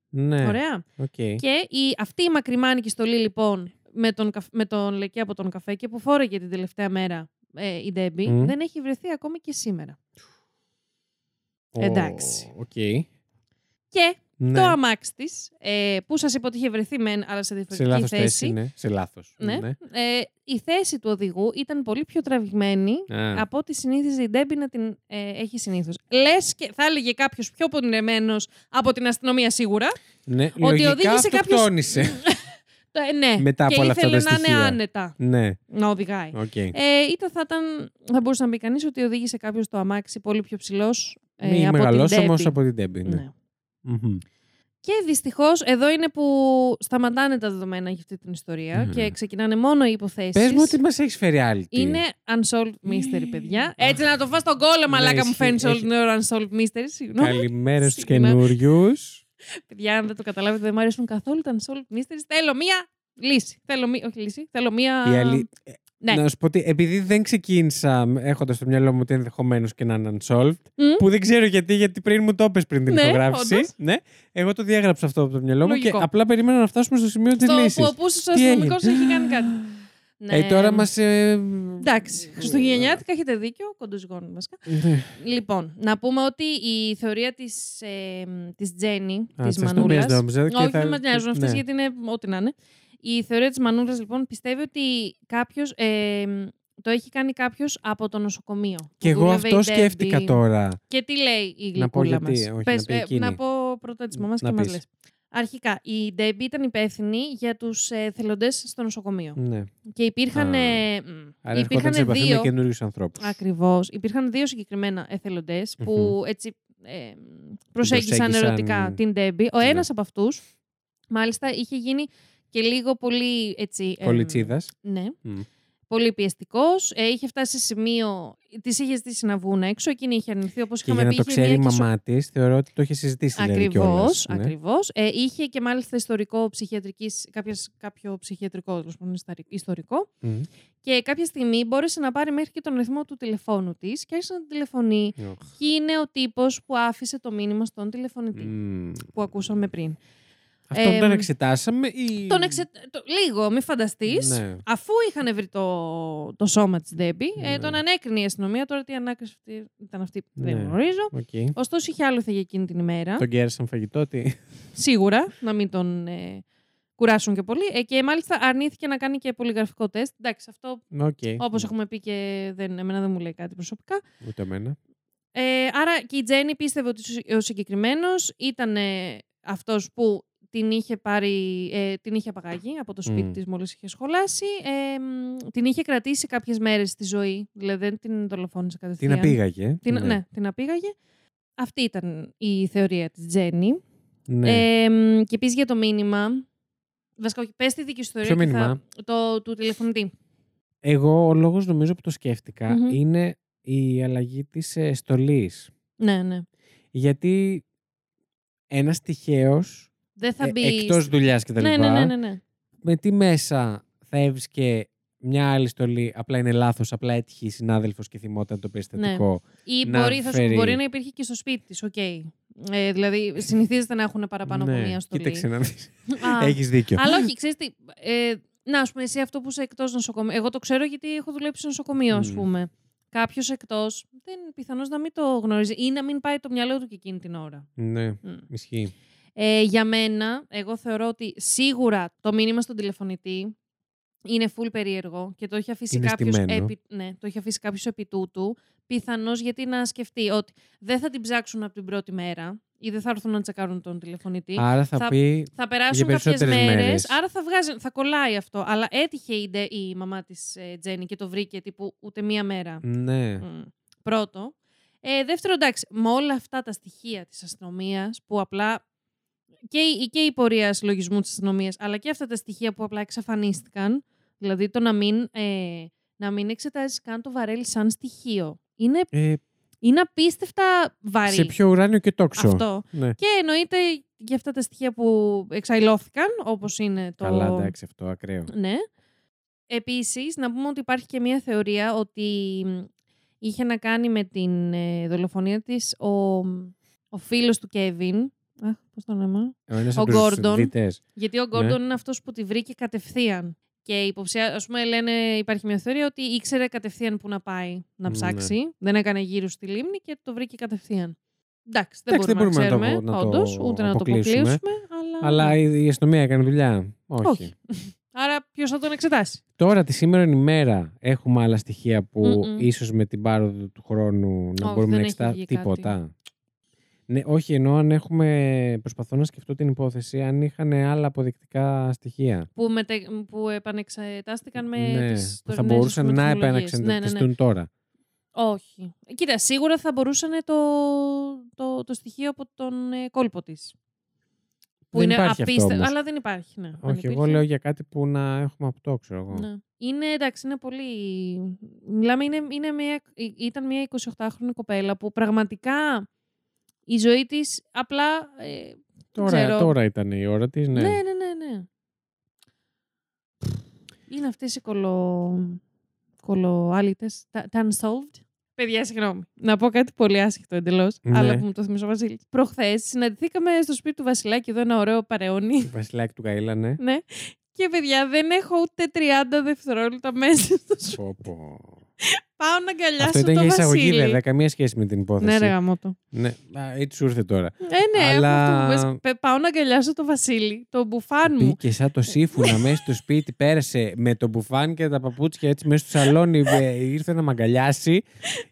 Ναι.
Ωραία.
Οκ.
Και η, αυτή η μακριμάνικη στολή λοιπόν με τον, καφ- με τον λεκέ από τον καφέ και που φόρεγε την τελευταία μέρα ε, η Ντέμπι
Μμμ.
δεν έχει βρεθεί ακόμη και σήμερα.
Ω,
εντάξει.
Οκ.
Και
Ναι.
το αμάξι της, ε, που σας είπα ότι είχε βρεθεί μεν, αλλά σε
σε
διαφορετική
λάθος
θέση.
θέση. Ναι. Σε λάθος.
Ναι. Ε, η θέση του οδηγού ήταν πολύ πιο τραβηγμένη
Α,
από ό,τι συνήθιζε η Ντέμπι να την ε, έχει συνήθως. Λες και θα έλεγε κάποιος πιο πονηρεμένος από την αστυνομία σίγουρα.
ναι.
ότι
Λογικά
οδήγησε κάποιος-
αυτοκτόνησε.
Το, ε, ναι,
Μετά από
και
όλα αυτά
ήθελε
τα
να είναι
στοιχεία.
άνετα
ναι.
να οδηγάει.
Οκ.
Ε, ήταν, θα, ήταν, θα μπορούσε να πει κανείς ότι οδήγησε κάποιος το αμάξι πολύ πιο ψηλός ε,
Μη
από
μεγαλός
την Ντέμπι.
όμως από την Ντέμπι. Ναι.
Ναι.
Μμμ.
Και δυστυχώς εδώ είναι που σταματάνε τα δεδομένα για αυτή την ιστορια
Μμμ.
και ξεκινάνε μόνο οι υποθέσεις.
Πες μου ότι μας έχεις φέρει άλλη.
Είναι unsolved mystery, παιδιά.
Αχ.
Έτσι να το φας τον κόλλο, μαλάκα μου
Ναι, ισχύει.
φαίνεις όλη
Έχει-
την ώρα unsolved mystery. Συγγνώμη.
Καλημέρα στους
Συγγνώμη.
καινούριους.
Παιδιά, αν δεν το καταλάβετε, δεν μου αρέσουν καθόλου τα unsolved mysteries. Θέλω μία λύση. Θέλω μία. Όχι λύση. Θέλω μία.
Η αλη-
ναι.
Να σου πω ότι επειδή δεν ξεκίνησα έχοντας στο μυαλό μου ότι ενδεχομένως και να είναι unsolved,
Μμ.
που δεν ξέρω γιατί, γιατί πριν μου το έπες πριν την
Ναι,
ηχογράφηση.
όντως.
Ναι, εγώ το διέγραψα αυτό από το μυαλό μου
Λογικό.
και απλά περίμενα να φτάσουμε στο σημείο της
Στο
λύσης.
που ο Πούσος ο
Τι
αστυνομικό
έγινε?
έχει κάνει κάτι. Ναι.
Ε, τώρα μας. Ε...
Εντάξει, Χριστουγεννιάτικα έχετε δίκιο, κοντοζυγώνει βασικά.
Ναι.
Λοιπόν, να πούμε ότι η θεωρία της, ε, της Τζέννη,
Α,
της
της αστυνομίας
Μανούλας...
νόμιζα και
Όχι,
θα-
δεν μας νοιάζουν αυτές
ναι.
γιατί είναι ό,τι να είναι. Η θεωρία της Μανούλας λοιπόν πιστεύει ότι κάποιος... ε, το έχει κάνει κάποιος από το νοσοκομείο. που
Και εγώ
δούλευε η
αυτό
Ντέμπι.
σκέφτηκα τώρα.
Και τι λέει η
Να πω
γλυκούλα
γιατί,
μας.
όχι,
Πες,
να πει
ε,
εκείνη.
να πω πρώτα της μαμάς
Να
και μας
πεις.
λες. Αρχικά, η Ντέμπι ήταν υπεύθυνη για τους ε, θελοντές στο νοσοκομείο.
Ναι.
Και υπήρχαν,
Α.
ε, μ,
Άρα έρχονταν σε
υπήρχαν
επαφή με
δύο.
καινούριους ανθρώπους.
Ακριβώς. Υπήρχαν δύο συγκεκριμένα εθελοντέ που έτσι ε, προσέγγισαν
προσέγγισαν-
ερωτικά την Ντέμπι. Ο
Ναι.
ένα από αυτούς, μάλιστα, είχε γίνει και λίγο πολύ έτσι. ε,
Κολιτσίδα.
Ναι.
Μμ.
Πολύ πιεστικός. Ε, είχε φτάσει σε σημείο. Τη είχε ζητήσει να βγουν έξω. Εκείνη είχε αρνηθεί όπως
Και
είχαμε
για να
πει.
το
είχε
ξέρει η
μια και σο-
μαμά της, θεωρώ ότι το είχε συζητήσει δηλαδή
Ακριβώς.
κιόλας, ναι.
ακριβώς. Ε, είχε και μάλιστα ιστορικό ψυχιατρικής, κάποιες- κάποιο ψυχιατρικό τέλος πάντων, ισταρι- ιστορικό.
Μμ.
Και κάποια στιγμή μπόρεσε να πάρει μέχρι και τον αριθμό του τηλεφώνου της και άρχισε να την τηλεφωνεί.
Οχ.
Και είναι ο τύπος που άφησε το μήνυμα στον τηλεφωνητή
Μμ.
που ακούσαμε πριν.
Αυτό
Ε,
τον εξετάσαμε ή...
Τον εξε... το... Λίγο, μη φανταστείς.
Ναι.
Αφού είχαν βρει το, το σώμα της Ντέμπι, ε,
Ναι.
τον ανέκρινε η αστυνομία. Τώρα τι ανάκριση αυτή- ήταν αυτή που δεν
Ναι.
γνωρίζω.
Οκ.
Ωστόσο είχε άλλο για εκείνη την ημέρα.
Τον κέρασαν φαγητό, τι.
Σίγουρα, να μην τον ε, κουράσουν και πολύ. Ε, και μάλιστα αρνήθηκε να κάνει και πολυγραφικό τεστ. Εντάξει, αυτό
Οκ.
όπως έχουμε πει και δεν, εμένα δεν μου λέει κάτι προσωπικά.
Ούτε εμένα.
Ε, άρα και η Τζέννη πίστευε ότι ο συγκεκριμένος ήταν ε, αυτός που την είχε, πάρει, ε, την είχε απαγάγει από το σπίτι
Μμμ.
της μόλις είχε σχολάσει. Ε, μ, την είχε κρατήσει κάποιες μέρες στη ζωή, δηλαδή δεν την δολοφόνησε
Την
κατευθείαν.
απήγαγε.
Την, ναι. την απήγαγε. Αυτή ήταν η θεωρία της Τζέννη.
ναι.
Ε, μ, και επίσης για το μήνυμα... Βασικά, όχι, πες τη δική σου θεωρία.
Ποιο
και θα-
μήνυμα?
το, του τηλεφωνητή.
Εγώ ο λόγος νομίζω που το σκεφτηκα
Μμμ.
είναι η αλλαγή της ε, στολής.
Ναι, ναι.
Γιατί ένας τυχαίος,
Δεν θα
ε,
μπει...
εκτός δουλειάς και τα
ναι,
λοιπά,
ναι, ναι, ναι, ναι.
με τι μέσα θα έβρισκε μια άλλη στολή, απλά είναι λάθος, απλά έτυχε η συνάδελφος και θυμόταν
Ναι,
το περιστατικό.
Ή
να
μπορεί, θα σου,
φέρει-
μπορεί να υπήρχε και στο σπίτι της, οκ. Ε, δηλαδή, συνηθίζεται να έχουν παραπάνω
Ναι.
από μία στολή.
Κοίταξε να δεις.
Α,
Έχεις δίκιο.
Αλλά όχι, ξέρεις τι. Ε, να, α πούμε, εσύ αυτό που είσαι εκτός νοσοκομείου. Εγώ το ξέρω γιατί έχω δουλέψει στο νοσοκομείο, ας
Μμμ.
πούμε. Κάποιος εκτός, πιθανώς να μην το γνωρίζει ή να μην πάει το μυαλό του και εκείνη την ώρα.
Ναι,
Μμ.
ισχύει.
Ε, για μένα, εγώ θεωρώ ότι σίγουρα το μήνυμα στον τηλεφωνητή είναι full περίεργο και το έχει αφήσει
Είναι
κάποιος
στημένο.
επί, ναι, το έχει αφήσει κάποιος επί τούτου. Πιθανώς γιατί να σκεφτεί ότι δεν θα την ψάξουν από την πρώτη μέρα ή δεν θα έρθουν να τσεκάρουν τον τηλεφωνητή.
Άρα θα,
Ε, θα-
πει
θα περάσουν κάποιες
περισσότερες
μέρες,
μέρες.
άρα θα, βγάζει, θα κολλάει αυτό. Αλλά ε, έτυχε η, Ντε- η μαμά της Τζέννη και το βρήκε τύπου ούτε μία μέρα.
ναι.
Μμ. Πρώτο. Ε, δεύτερο, εντάξει, με όλα αυτά τα στοιχεία της αστυνομίας που απλά και η, και η πορεία συλλογισμού της αστυνομίας, αλλά και αυτά τα στοιχεία που απλά εξαφανίστηκαν, δηλαδή το να μην, ε, να μην εξετάζεις καν το βαρέλι σαν στοιχείο. Είναι,
Ε,
είναι απίστευτα βαρύ
σε πιο ουράνιο και τόξο.
αυτό.
Ναι.
Και εννοείται για αυτά τα στοιχεία που εξαϊλώθηκαν, όπως είναι το...
Καλά, εντάξει, αυτό ακραίο.
Ναι. Επίσης, να πούμε ότι υπάρχει και μια θεωρία ότι μ, είχε να κάνει με την ε, δολοφονία της ο, ο φίλος του Κέβιν. Αχ, πώς το λέμε.
ένας
Ο
από τους
Gordon.
δυτές.
Γιατί ο Γκόρντον είναι αυτός που τη βρήκε κατευθείαν. Και η υποψία, ας πούμε, λένε, υπάρχει μια θεωρία ότι ήξερε κατευθείαν που να πάει να
Ναι.
ψάξει. Δεν έκανε γύρω στη λίμνη και το βρήκε κατευθείαν. Εντάξει, δεν
Εντάξει, δεν
μπορούμε,
μπορούμε να το-
να ξέρουμε,
να το
όντως, ούτε να το
αποκλείσουμε.
αποκλείσουμε, αλλά...
Αλλά η, η αστυνομία έκανε δουλειά. Όχι.
Όχι. Άρα ποιος θα τον εξετάσει.
Τώρα, τη σήμερα ημέρα, έχουμε άλλα στοιχεία που
Μμμ.
ίσως με την πάροδο του χρόνου να
Όχι,
μπορούμε
δεν
να
έχει
εξετάσουμε.
βγει
Τίποτα. Ναι, όχι, ενώ αν έχουμε. Προσπαθώ να σκεφτώ την υπόθεση αν είχαν άλλα αποδεικτικά στοιχεία.
που, μετε, που επανεξετάστηκαν με
ναι,
τις
που θα
τωρινές
μπορούσαν να
τεχνολογίες. Ναι,
επαναξεντριστούν τώρα.
Όχι. Κοίτα, σίγουρα θα μπορούσαν το, το, το στοιχείο από τον ε, κόλπο της. Που
Δεν
είναι
υπάρχει αυτό
απίστευτο.
όμως.
Αλλά δεν υπάρχει, ναι. Αν
Όχι, εγώ
υπήρχε,
λέω για κάτι που να έχουμε από το, ξέρω εγώ.
ναι. Είναι, εντάξει, είναι πολύ... Μιλάμε, είναι, είναι μια, ή- ήταν μια 28χρονη κοπέλα που πραγματικά η ζωή της απλά... ε, δεν
Τώρα,
ξέρω.
τώρα ήταν η ώρα της, ναι.
Ναι, ναι, ναι, ναι. Είναι αυτές οι κολο... κολοάλυτες. Τα τα unsolved. Παιδιά, συγγνώμη. Να πω κάτι πολύ άσχετο εντελώς,
Ναι.
αλλά που μου το θυμίζει ο Βασίλης. Προχθές συναντηθήκαμε στο σπίτι του Βασιλάκη εδώ, ένα ωραίο παρεώνι.
Βασιλάκι του Καήλα, ναι.
ναι. Και παιδιά, δεν έχω ούτε 30 δευτερόλεπτα μέσα στο σπίτι.
Πω, πω.
Πάω να αγκαλιάσω
Αυτό ήταν
το
για εισαγωγή,
Βασίλη.
βέβαια. Καμία σχέση με την υπόθεση.
Ναι, ρε γαμώτο.
Ναι, α, έτσι σου ήρθε τώρα.
Ε, ναι,
Αλλά-
αυτό που πες. Πε- Πάω να αγκαλιάσω το Βασίλη, τον μπουφάν μου.
Μπήκε σαν το σύμφωνα μέσα στο σπίτι, πέρασε με το μπουφάν και τα παπούτσια έτσι μέσα στο σαλόνι. ε, ήρθε να μαγκαλιάσει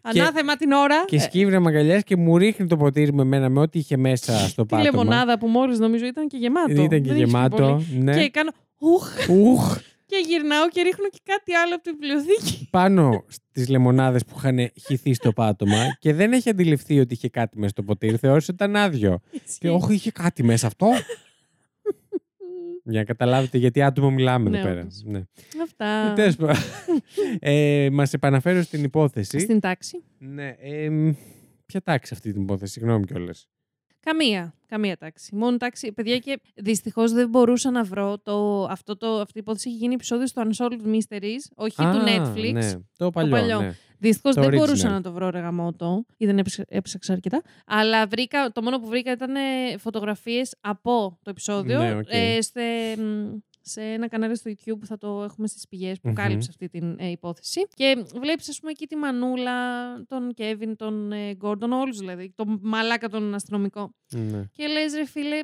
Ανάθεμα την ώρα. Ε,
και σκύβει να μαγκαλιάσει και μου ρίχνει το ποτήρι με μένα με ό,τι είχε μέσα στο
Τη
πάτωμα. Ε,
λεμονάδα που μόλις νομίζω ήταν και γεμάτο.
Ήταν και
Δεν είχε πολύ.
γεμάτο. Ναι.
Και κάνω. Ουχ!
Ουχ,
Και γυρνάω και ρίχνω και κάτι άλλο από τη βιβλιοθήκη.
πάνω στις λεμονάδες που είχαν χυθεί στο πάτωμα και δεν έχει αντιληφθεί ότι είχε κάτι μέσα στο ποτήρι. Θεώρησε ότι ήταν άδειο. Και όχι, είχε κάτι μέσα αυτό. Για να καταλάβετε γιατί άτομο μιλάμε
Ναι,
εδώ πέρα.
όντως.
Ναι.
Αυτά.
Τέλος πάντων. ε, Μας επαναφέρω στην υπόθεση.
Στην τάξη.
Ναι. ε, μ, ποια τάξη αυτή την υπόθεση, συγγνώμη κιόλας.
Καμία. Καμία τάξη. Μόνο τάξη. Παιδιά, και δυστυχώς δεν μπορούσα να βρω το, αυτό το, αυτή η υπόθεση. Έχει γίνει επεισόδιο στο Unsolved Mysteries, όχι του Netflix.
Ναι, το παλιό.
παλιό.
Ναι.
Δυστυχώς
Το
δεν
original.
μπορούσα να το βρω ρε γαμότο, ή δεν έψα- έψαξα αρκετά. Αλλά βρήκα, το μόνο που βρήκα ήταν φωτογραφίες από το επεισόδιο
Ναι, οκ.
ε, σε, μ, σε ένα κανάλι στο YouTube που θα το έχουμε στις πηγές που
Μμμ.
κάλυψε αυτή την ε, υπόθεση. Και βλέπεις, ας πούμε, εκεί τη Μανούλα, τον Κέβιν, τον ε, Γκόρντον, όλους δηλαδή. Τον μαλάκα τον αστυνομικό.
Ναι.
Και λες, ρε φίλε,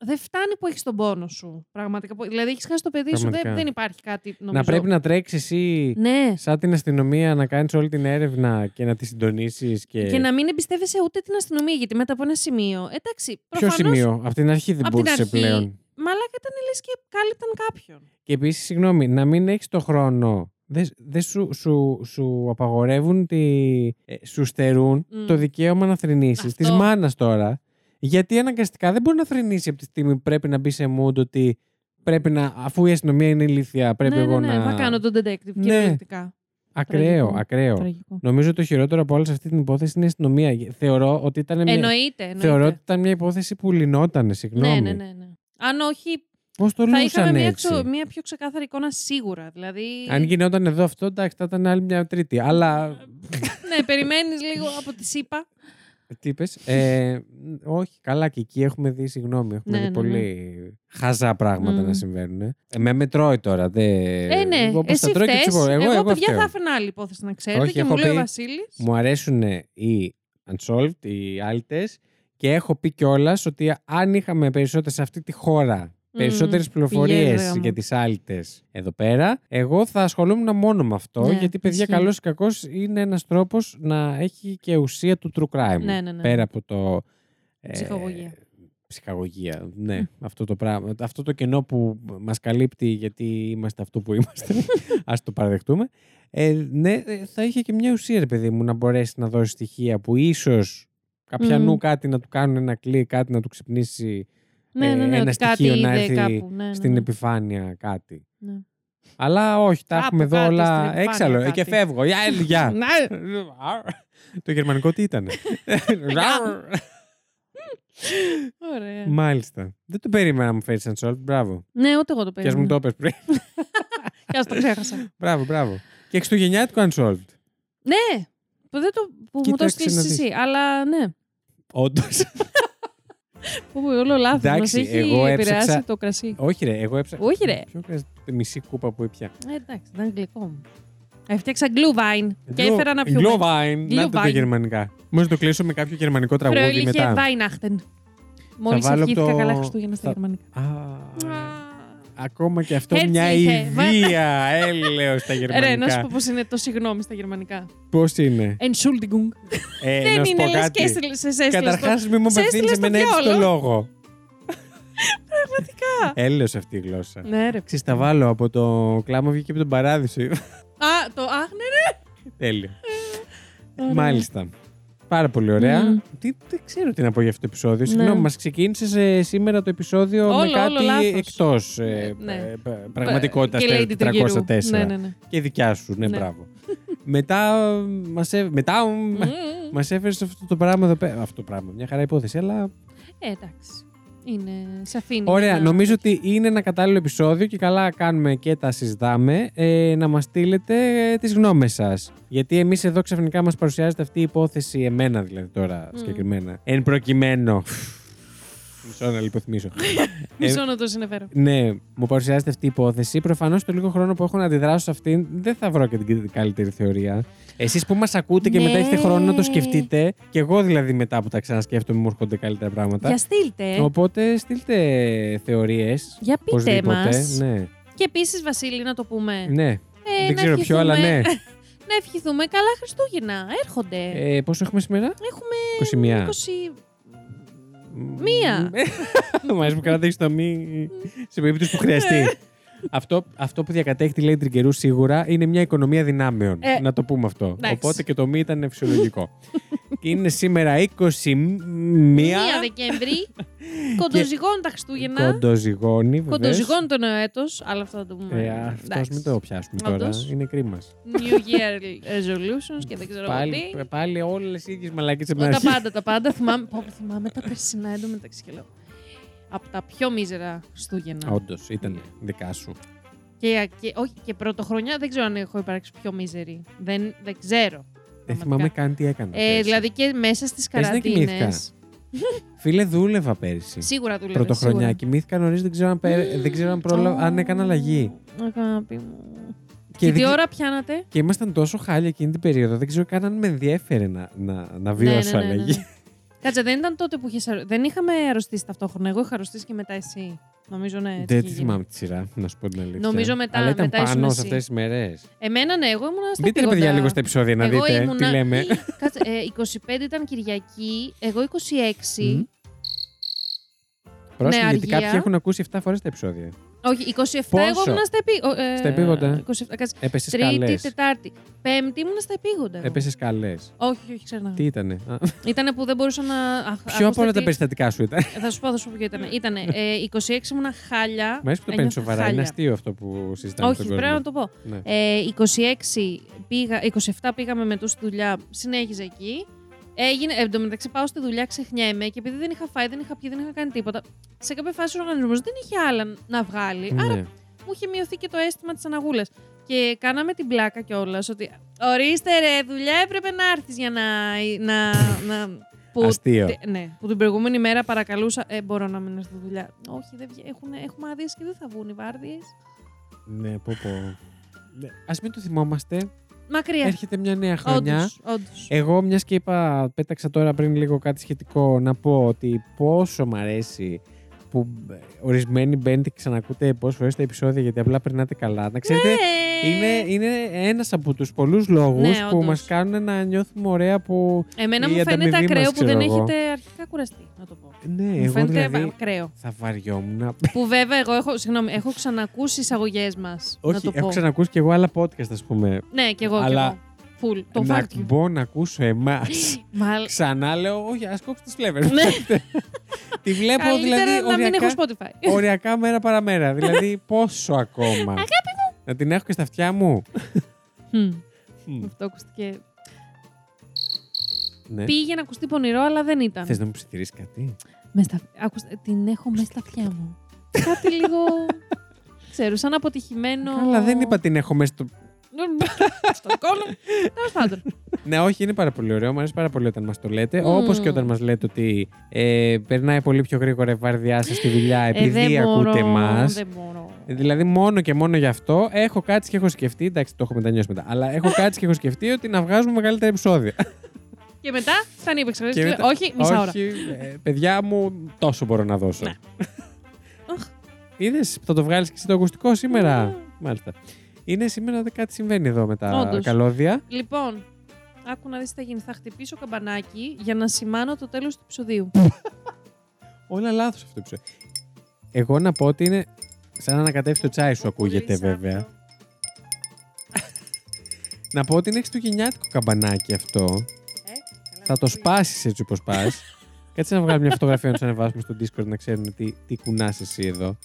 δεν φτάνει που έχεις τον πόνο σου. Πραγματικά. που- Δηλαδή, έχεις χάσει το παιδί σου,
Πραγματικά.
δεν, δεν υπάρχει κάτι νομίζω.
Να πρέπει να τρέξεις εσύ
Ναι.
σαν την αστυνομία να κάνεις όλη την έρευνα και να τη συντονίσεις. Και...
Και να μην εμπιστεύεσαι ούτε την αστυνομία, γιατί μετά από ένα σημείο. Εντάξει,
Ποιο
προφανώς,
σημείο, από την αρχή δεν
Απ' την
μπορούσε
αρχή.
πλέον.
Μαλάκα ήταν λες και κάλυπταν κάποιον.
Και επίσης, συγγνώμη, να μην έχεις το χρόνο. Δεν δεν σου, σου, σου απαγορεύουν, τη, ε, σου στερούν
Μμ.
το δικαίωμα να θρυνήσεις.
Αυτό.
Τη μάνας τώρα. Γιατί αναγκαστικά δεν μπορεί να θρυνήσει από τη στιγμή που πρέπει να μπει σε mood ότι πρέπει να, αφού η αστυνομία είναι ηλίθια, πρέπει
ναι,
εγώ
ναι, ναι,
να.
θα κάνω τον detective
Ναι.
κυριολεκτικά.
Ακραίο,
Τραγικό.
ακραίο.
Τραγικό.
Νομίζω το χειρότερο από όλη σε αυτή την υπόθεση είναι η αστυνομία. Θεωρώ ότι ήταν μια,
Εννοείται, εννοείται.
Ναι, θεωρώ ότι ήταν μια υπόθεση που λυνόταν, συγγνώμη.
ναι, ναι, ναι, ναι. Αν όχι,
Πώς το
θα
λούσαν
είχαμε μια,
έτσι.
ξο- μια πιο ξεκάθαρη εικόνα σίγουρα. Δηλαδή,
Αν γινόταν εδώ αυτό, εντάξει, θα ήταν άλλη μια τρίτη. Αλλά
ναι, περιμένεις λίγο από τη ΣΥΠΑ.
Τι είπες? Ε, ν- όχι, καλά και εκεί έχουμε δει, συγγνώμη, έχουμε
Ναι,
δει
ναι,
πολύ χαζά πράγματα
Μμμ.
να συμβαίνουν. Ε, με μετρώει τώρα. Δε...
Ε, ναι,
Όπως τα
εσύ
τρώει και
φταίς.
τσιμπώ.
Εγώ,
Εγώ, εγώ
παιδιά,
φταίω.
θα έφερα άλλη υπόθεση να ξέρετε
Όχι,
και
έχω
μου λέει ο
πει-
Βασίλης.
Μου αρέσουν οι unsolved, οι άλτες και έχω πει κιόλας ότι αν είχαμε περισσότερες σε αυτή τη χώρα περισσότερες
πηγαίνει,
πληροφορίες
ρε,
για
γαμώ.
τις άλτες εδώ πέρα, εγώ θα ασχολούμουν μόνο με αυτό,
Ναι,
γιατί παιδιά
ισχύει.
καλός ή κακός είναι ένας τρόπος να έχει και ουσία του true crime.
Ναι, ναι, ναι.
Πέρα από το... ε,
Ψυχαγωγία.
ψυχαγωγία, ναι. Αυτό το πράγμα. Αυτό το κενό που μας καλύπτει γιατί είμαστε αυτό που είμαστε. Ας το παραδεχτούμε. Ε, ναι, ε, θα είχε και μια ουσία, ρε παιδί μου, να μπορέσει να δώσει στοιχεία που ίσως κάποια
Μμμ.
νου κάτι να του κάνουν ένα κλικ, κάτι να του ξυπνήσει
Ναι,
ε,
ναι, ναι,
ένα
ότι κάτι
στοιχείο να
είδε
έρθει
κάπου. Ναι, ναι,
στην
ναι.
επιφάνεια κάτι.
Ναι.
Αλλά όχι, τα
Κάπου
έχουμε εδώ
κάτι
όλα
στην επιφάνεια
έξαλλο. Ε, και
κάτι.
φεύγω. Γεια, ε, γεια.
Ναι. Ε,
Το γερμανικό τι ήταν.
Ωραία.
Μάλιστα. Δεν το περίμενα να μου φέρεις unsolved. Μπράβο.
Ναι, ούτε εγώ το
Και ας
περίμενα.
μου το έπες πριν.
Κι ας το ξέχασα.
Μπράβο, μπράβο. Και χριστουγεννιάτικο unsolved.
ναι, που, δεν το, που μου
Κοίταξε
το
να
έστειλες
δεις.
εσύ, αλλά ναι.
Όντως.
Που όλο λάθος μας
Εντάξει,
έχει
εγώ
επηρεάσει
έψαξα-
το κρασί.
Όχι, ρε, εγώ έψαχνα.
Όχι, ρε.
Ποιο κρασί, τη μισή κούπα που ήπια.
Ε, εντάξει, ήταν γλυκό μου. Έφτιαξα glühwein και
Γκλο-
έφερα να πιούμε.
Glühwein. Να το τα
Glühwein.
γερμανικά. Μόλις το κλείσω με κάποιο γερμανικό τραγούδι
Fröhliche
μετά.
Weihnachten. Μόλις
βάλω
ευχήθηκα
το-
καλά Χριστούγεννα στα
θα-
γερμανικά.
Α, Ακόμα και αυτό
Έτσι
μια
είχε. Μα-
ιδία έλεος στα
Ρε, να σου πω
γερμανικά.
πώ είναι το συγγνώμη στα γερμανικά.
Πώς είναι.
Entschuldigung.
Ε, να
Δεν
σου πω
είναι, λες
κάτι.
και έστειλε- σε έστειλε. στο-
Καταρχά, μη μου
σε
απευθύνει
έστειλε
εμένα
στο
έτσι το
διάολο.
λόγο. Πραγματικά. Έλεος αυτή η γλώσσα.
Ναι, ρε.
Ξέρεις, τα βάλω από το κλάμα βγήκε από τον παράδεισο.
Α, το αχ, ναι,
Τέλειο.
Ωραία.
Μάλιστα. Πάρα πολύ ωραία.
Μμμ.
Τι, δεν ξέρω τι να πω για αυτό το επεισόδιο.
Ναι.
Συγγνώμη, μας ξεκίνησες ε, σήμερα το επεισόδιο
Όλο,
με
όλο
κάτι
λάθος.
εκτός
Ε, ναι.
πραγματικότητας
Και Lady του Κυρού.
404.
Ναι, ναι, ναι.
Και δικιά σου, ναι,
Ναι.
μπράβο. μετά μας έ- μετά
Μμμ.
μας έφερες αυτό το πράγμα εδώ πέρα. Αυτό το πράγμα. Μια χαρά υπόθεση, αλλά
Ε, εντάξει. Είναι σαφή.
Ωραία, νομίζω ότι είναι ένα κατάλληλο επεισόδιο και καλά κάνουμε και τα συζητάμε ε, να μας στείλετε ε, τις γνώμες σας. Γιατί εμείς εδώ ξαφνικά μας παρουσιάζεται αυτή η υπόθεση, εμένα δηλαδή τώρα
Μμμ.
συγκεκριμένα. Εν προκειμένου. Μισό να λιποθυμίσω. Ε,
Μισό να το συνεφέρω.
Ναι, μου παρουσιάζεται αυτή η υπόθεση. Προφανώς το λίγο χρόνο που έχω να αντιδράσω σε αυτήν δεν θα βρω και την καλύτερη θεωρία. Εσείς που μας ακούτε και
Ναι.
μετά έχετε χρόνο να το σκεφτείτε, και εγώ δηλαδή μετά που τα ξανασκέφτομαι μου έρχονται καλύτερα πράγματα.
Για στείλτε.
Οπότε στείλτε θεωρίες
Για πείτε
Οπωσδήποτε,
μας.
Ναι.
Και επίσης, Βασίλη, να το πούμε.
ναι.
Ε,
Δεν
να
ξέρω ποιο, αλλά ναι.
ευχηθούμε- Να ευχηθούμε καλά Χριστούγεννα. Έρχονται.
Ε, πόσο έχουμε σήμερα,
Έχουμε
21.
20. Μία.
Μου αρέσει που κρατήσει το μη σε περίπτωση που χρειαστεί. αυτό, αυτό που διακατέχει τη Lady καιρού σίγουρα είναι μια οικονομία δυνάμεων.
Ε,
να το πούμε αυτό.
εντάξει.
Οπότε και το μη ήταν φυσιολογικό. και είναι σήμερα 21
Μία Δεκέμβρη. Κοντοζυγών τα Χριστούγεννα.
κοντοζυγώνει. βεβαίως.
Κοντοζυγών το νέο έτος, αλλά αυτό θα το πούμε.
Ε, αυτός
Εντάξει.
μην το πιάσουμε τώρα.
Όντως.
Είναι κρίμα.
New Year resolutions και δεν ξέρω εγώ τι.
Πάλι, πάλι όλες οι ίδιες μαλακίε από την
Τα
αρχή.
πάντα, τα πάντα. Θυμάμαι, πω, πω, θυμάμαι τα περσινά εντωμεταξύ και λέω. Από τα πιο μίζερα Χριστούγεννα.
Όντω,
Ναι.
ήταν δικά σου.
Και, και, όχι, και πρωτοχρονιά δεν ξέρω αν έχω υπάρξει πιο μίζερη. Δεν, δεν ξέρω. πραγματικά.
Δεν Ε, θυμάμαι καν τι έκανα.
Ε,
πέρσι.
δηλαδή και μέσα στις
Πες να
καραντίνε.
Ε, κοιμήθηκα. Φίλε, δούλευα πέρυσι.
Σίγουρα δουλεύει.
Πρωτοχρονιά. Κοιμήθηκα νωρίς, δεν ξέρω αν, πέ- δεν ξέρω αν, πρόλα- αν έκανα αλλαγή.
Αγάπη μου.
Και
Και, τι
δεν-
ώρα πιάνατε.
Και ήμασταν τόσο χάλια εκείνη την περίοδο, δεν ξέρω καν αν με ενδιέφερε να, να,
Ναι,
να βιώσω αλλαγή.
Κάτσε, δεν ήταν τότε που είχες... αρρω- Δεν είχαμε αρρωστήσει ταυτόχρονα. Εγώ είχα αρρωστήσει και μετά εσύ. Νομίζω ναι. έτσι
Δεν
είχε
τη
γίνει.
θυμάμαι τη σειρά, να σου πω την αλήθεια.
Νομίζω μετά-
Αλλά ήταν
μετά ήσουν
πάνω
εσύ.
σε αυτές τις μέρες.
Εμένα ναι, εγώ ήμουν στα
Μπείτε ρε
επίγοντα.
παιδιά λίγο στα επεισόδια να
Εγώ
δείτε
ήμουνα-
τι λέμε.
Κάτσε, ε, 25 ήταν Κυριακή, εγώ 26.
Μμ. Πρόσεχε, γιατί
αργία.
κάποιοι έχουν ακούσει 7 φορές τα επεισόδια.
Όχι, 27 εγώ
Πόσο?
ήμουν στα, επί... ο, ε,
Στα επίγοντα.
27, κάτσε.
Έπεσες καλέ.
Τρίτη, Τετάρτη. Πέμπτη ήμουν στα επίγοντα. εγώ.
Έπεσες καλές.
Όχι, όχι, ξανά.
Τι ήτανε. α,
Ήτανε που δεν μπορούσα να. αχ,
Ποιο από όλα
ακούστε
τα
τι-
περιστατικά σου ήταν.
Θα σου πω, θα σου πω ποιο ήταν. Ήτανε ε, 26 ήμουνα χάλια.
Μ' αρέσει που το παίρνει
ένιωθα
σοβαρά. Είναι
χάλια.
αστείο αυτό που συζητάμε.
Όχι,
στον
πρέπει να
κόσμο.
το πω.
Ναι.
Ε, 26 πήγα, 27 πήγαμε με τους στη δουλειά, συνέχιζα εκεί. Έγινε, εν τω μεταξύ πάω στη δουλειά, ξεχνιέμαι και επειδή δεν είχα φάει, δεν είχα πιει, δεν είχα κάνει τίποτα. Σε κάποια φάση ο οργανισμός δεν είχε άλλα να βγάλει. Ε, Άρα
Ναι.
μου είχε μειωθεί και το αίσθημα της αναγούλας. Και κάναμε την πλάκα κιόλας ότι ορίστε ρε, δουλειά έπρεπε να έρθεις για να. να, να που,
Αστείο.
τε- ναι, που την προηγούμενη μέρα παρακαλούσα. Ε, μπορώ να μείνω στη δουλειά. Όχι, δεν βγα- έχουν, έχουμε άδειες και δεν θα βγουν οι βάρδιες.
Ναι, πω πω. Α Ναι, μην το θυμόμαστε.
Μακριά.
Έρχεται μια νέα χρονιά.
Ε, Όντως, όντως.
Εγώ, μιας και είπα, πέταξα τώρα πριν λίγο κάτι σχετικό, να πω ότι πόσο μ' αρέσει που που ορισμένοι μπαίνετε και ξανακούτε πόσες φορές τα επεισόδια γιατί απλά περνάτε καλά. Να ξέρετε, είναι, είναι ένας από τους πολλούς λόγους
Ναι,
που
όντως.
μας κάνουν να νιώθουμε ωραία που.
Εμένα
η
μου φαίνεται
ανταμοιβή μας,
ακραίο που
ξέρω
δεν
εγώ.
έχετε αρχικά κουραστεί, να το πω.
Ναι,
μου
εγώ
φαίνεται
δηλαδή.
ακραίο.
Θα βαριόμουν.
Που βέβαια εγώ έχω, συγγνώμη, έχω ξανακούσει εισαγωγές μας. Να
Όχι,
το
έχω
πω.
ξανακούσει κι εγώ άλλα podcast, ας πούμε.
Ναι, κι εγώ.
Αλλά-
Αλλά... Φουλ. Το
να
fact you.
μπω να ακούσω εμάς.
Μάλλον.
Ξανά λέω, όχι, ας κόψω τις φλέβε.
Ναι.
Τη βλέπω
Καλύτερα
δηλαδή.
να μην έχω
οριακά-
Spotify.
Οριακά μέρα παραμέρα. δηλαδή, πόσο ακόμα. Αγάπη μου. Να την έχω και στα αυτιά μου.
Μμμ.
Μμ.
Αυτό ακούστηκε.
Ναι.
Πήγε να ακουστεί πονηρό, αλλά δεν ήταν.
Θες να μου ψιθυρίσει κάτι.
Μες στα- άκουστε, την έχω μέσα στα αυτιά μου. Κάτι λίγο. Ξέρω, σαν αποτυχημένο.
Αλλά δεν είπα την έχω μέσα στο.
Στον κόλλο. Τέλος πάντων.
Ναι, όχι, είναι πάρα πολύ ωραίο. Μου αρέσει πάρα πολύ όταν μας το λέτε.
Μμμ.
Όπως και όταν μας λέτε ότι ε, περνάει πολύ πιο γρήγορα η βαρδιά σας στη δουλειά επειδή
Ε, δεν
ακούτε
μπορώ,
εμά.
Δεν μπορώ.
Δηλαδή, μόνο και μόνο γι' αυτό έχω κάτσει και έχω σκεφτεί. Εντάξει, το έχω μετανιώσει μετά. Αλλά έχω κάτσει και έχω σκεφτεί ότι να βγάζουμε μεγαλύτερα επεισόδια.
Και μετά φτάνει η επεξεργασία.
Και
και
μετά-
λέω, Όχι, μισά ώρα.
Όχι, ε, παιδιά μου, τόσο μπορώ να δώσω.
Ναι. Αχ.
Είδες, θα το βγάλεις και εσύ το ακουστικό σήμερα.
Ναι.
Μάλιστα. Είναι σήμερα ότι κάτι συμβαίνει εδώ με τα
Όντως.
καλώδια.
Λοιπόν, άκου να δεις τι θα γίνει. Θα χτυπήσω καμπανάκι για να σημάνω το τέλος του επεισοδίου.
Όλα λάθος αυτό που σου- Εγώ να πω ότι είναι σαν να ανακατεύει το τσάι σου, ακούγεται βέβαια. Να πω ότι είναι χριστουγεννιάτικο καμπανάκι αυτό. Θα το σπάσεις έτσι όπως πας. Κάτσε να βγάλω μια φωτογραφία να τους ανεβάσουμε στο Discord να ξέρουν τι, τι κουνάς εσύ εδώ.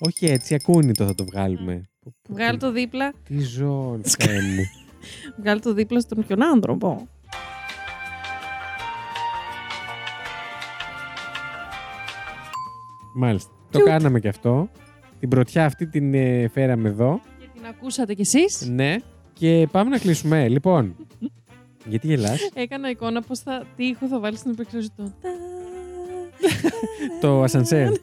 Όχι έτσι, ακούνητο θα το βγάλουμε. Πω, πω,
Βγάλε
τι-
το δίπλα,
Τι ζώνη, Θεέ μου.
βγάλε το δίπλα στον ποιον άνθρωπο.
Μάλιστα. Το
Cute.
κάναμε και αυτό. Την πρωτιά αυτή την ε, φέραμε εδώ.
Και την ακούσατε κι εσείς.
Ναι. Και πάμε να κλείσουμε. Λοιπόν. Γιατί γελάς.
Έκανα εικόνα πώς θα, τι ήχο θα βάλεις στην επεξεργασία του.
το ασανσέρ.
Ναι.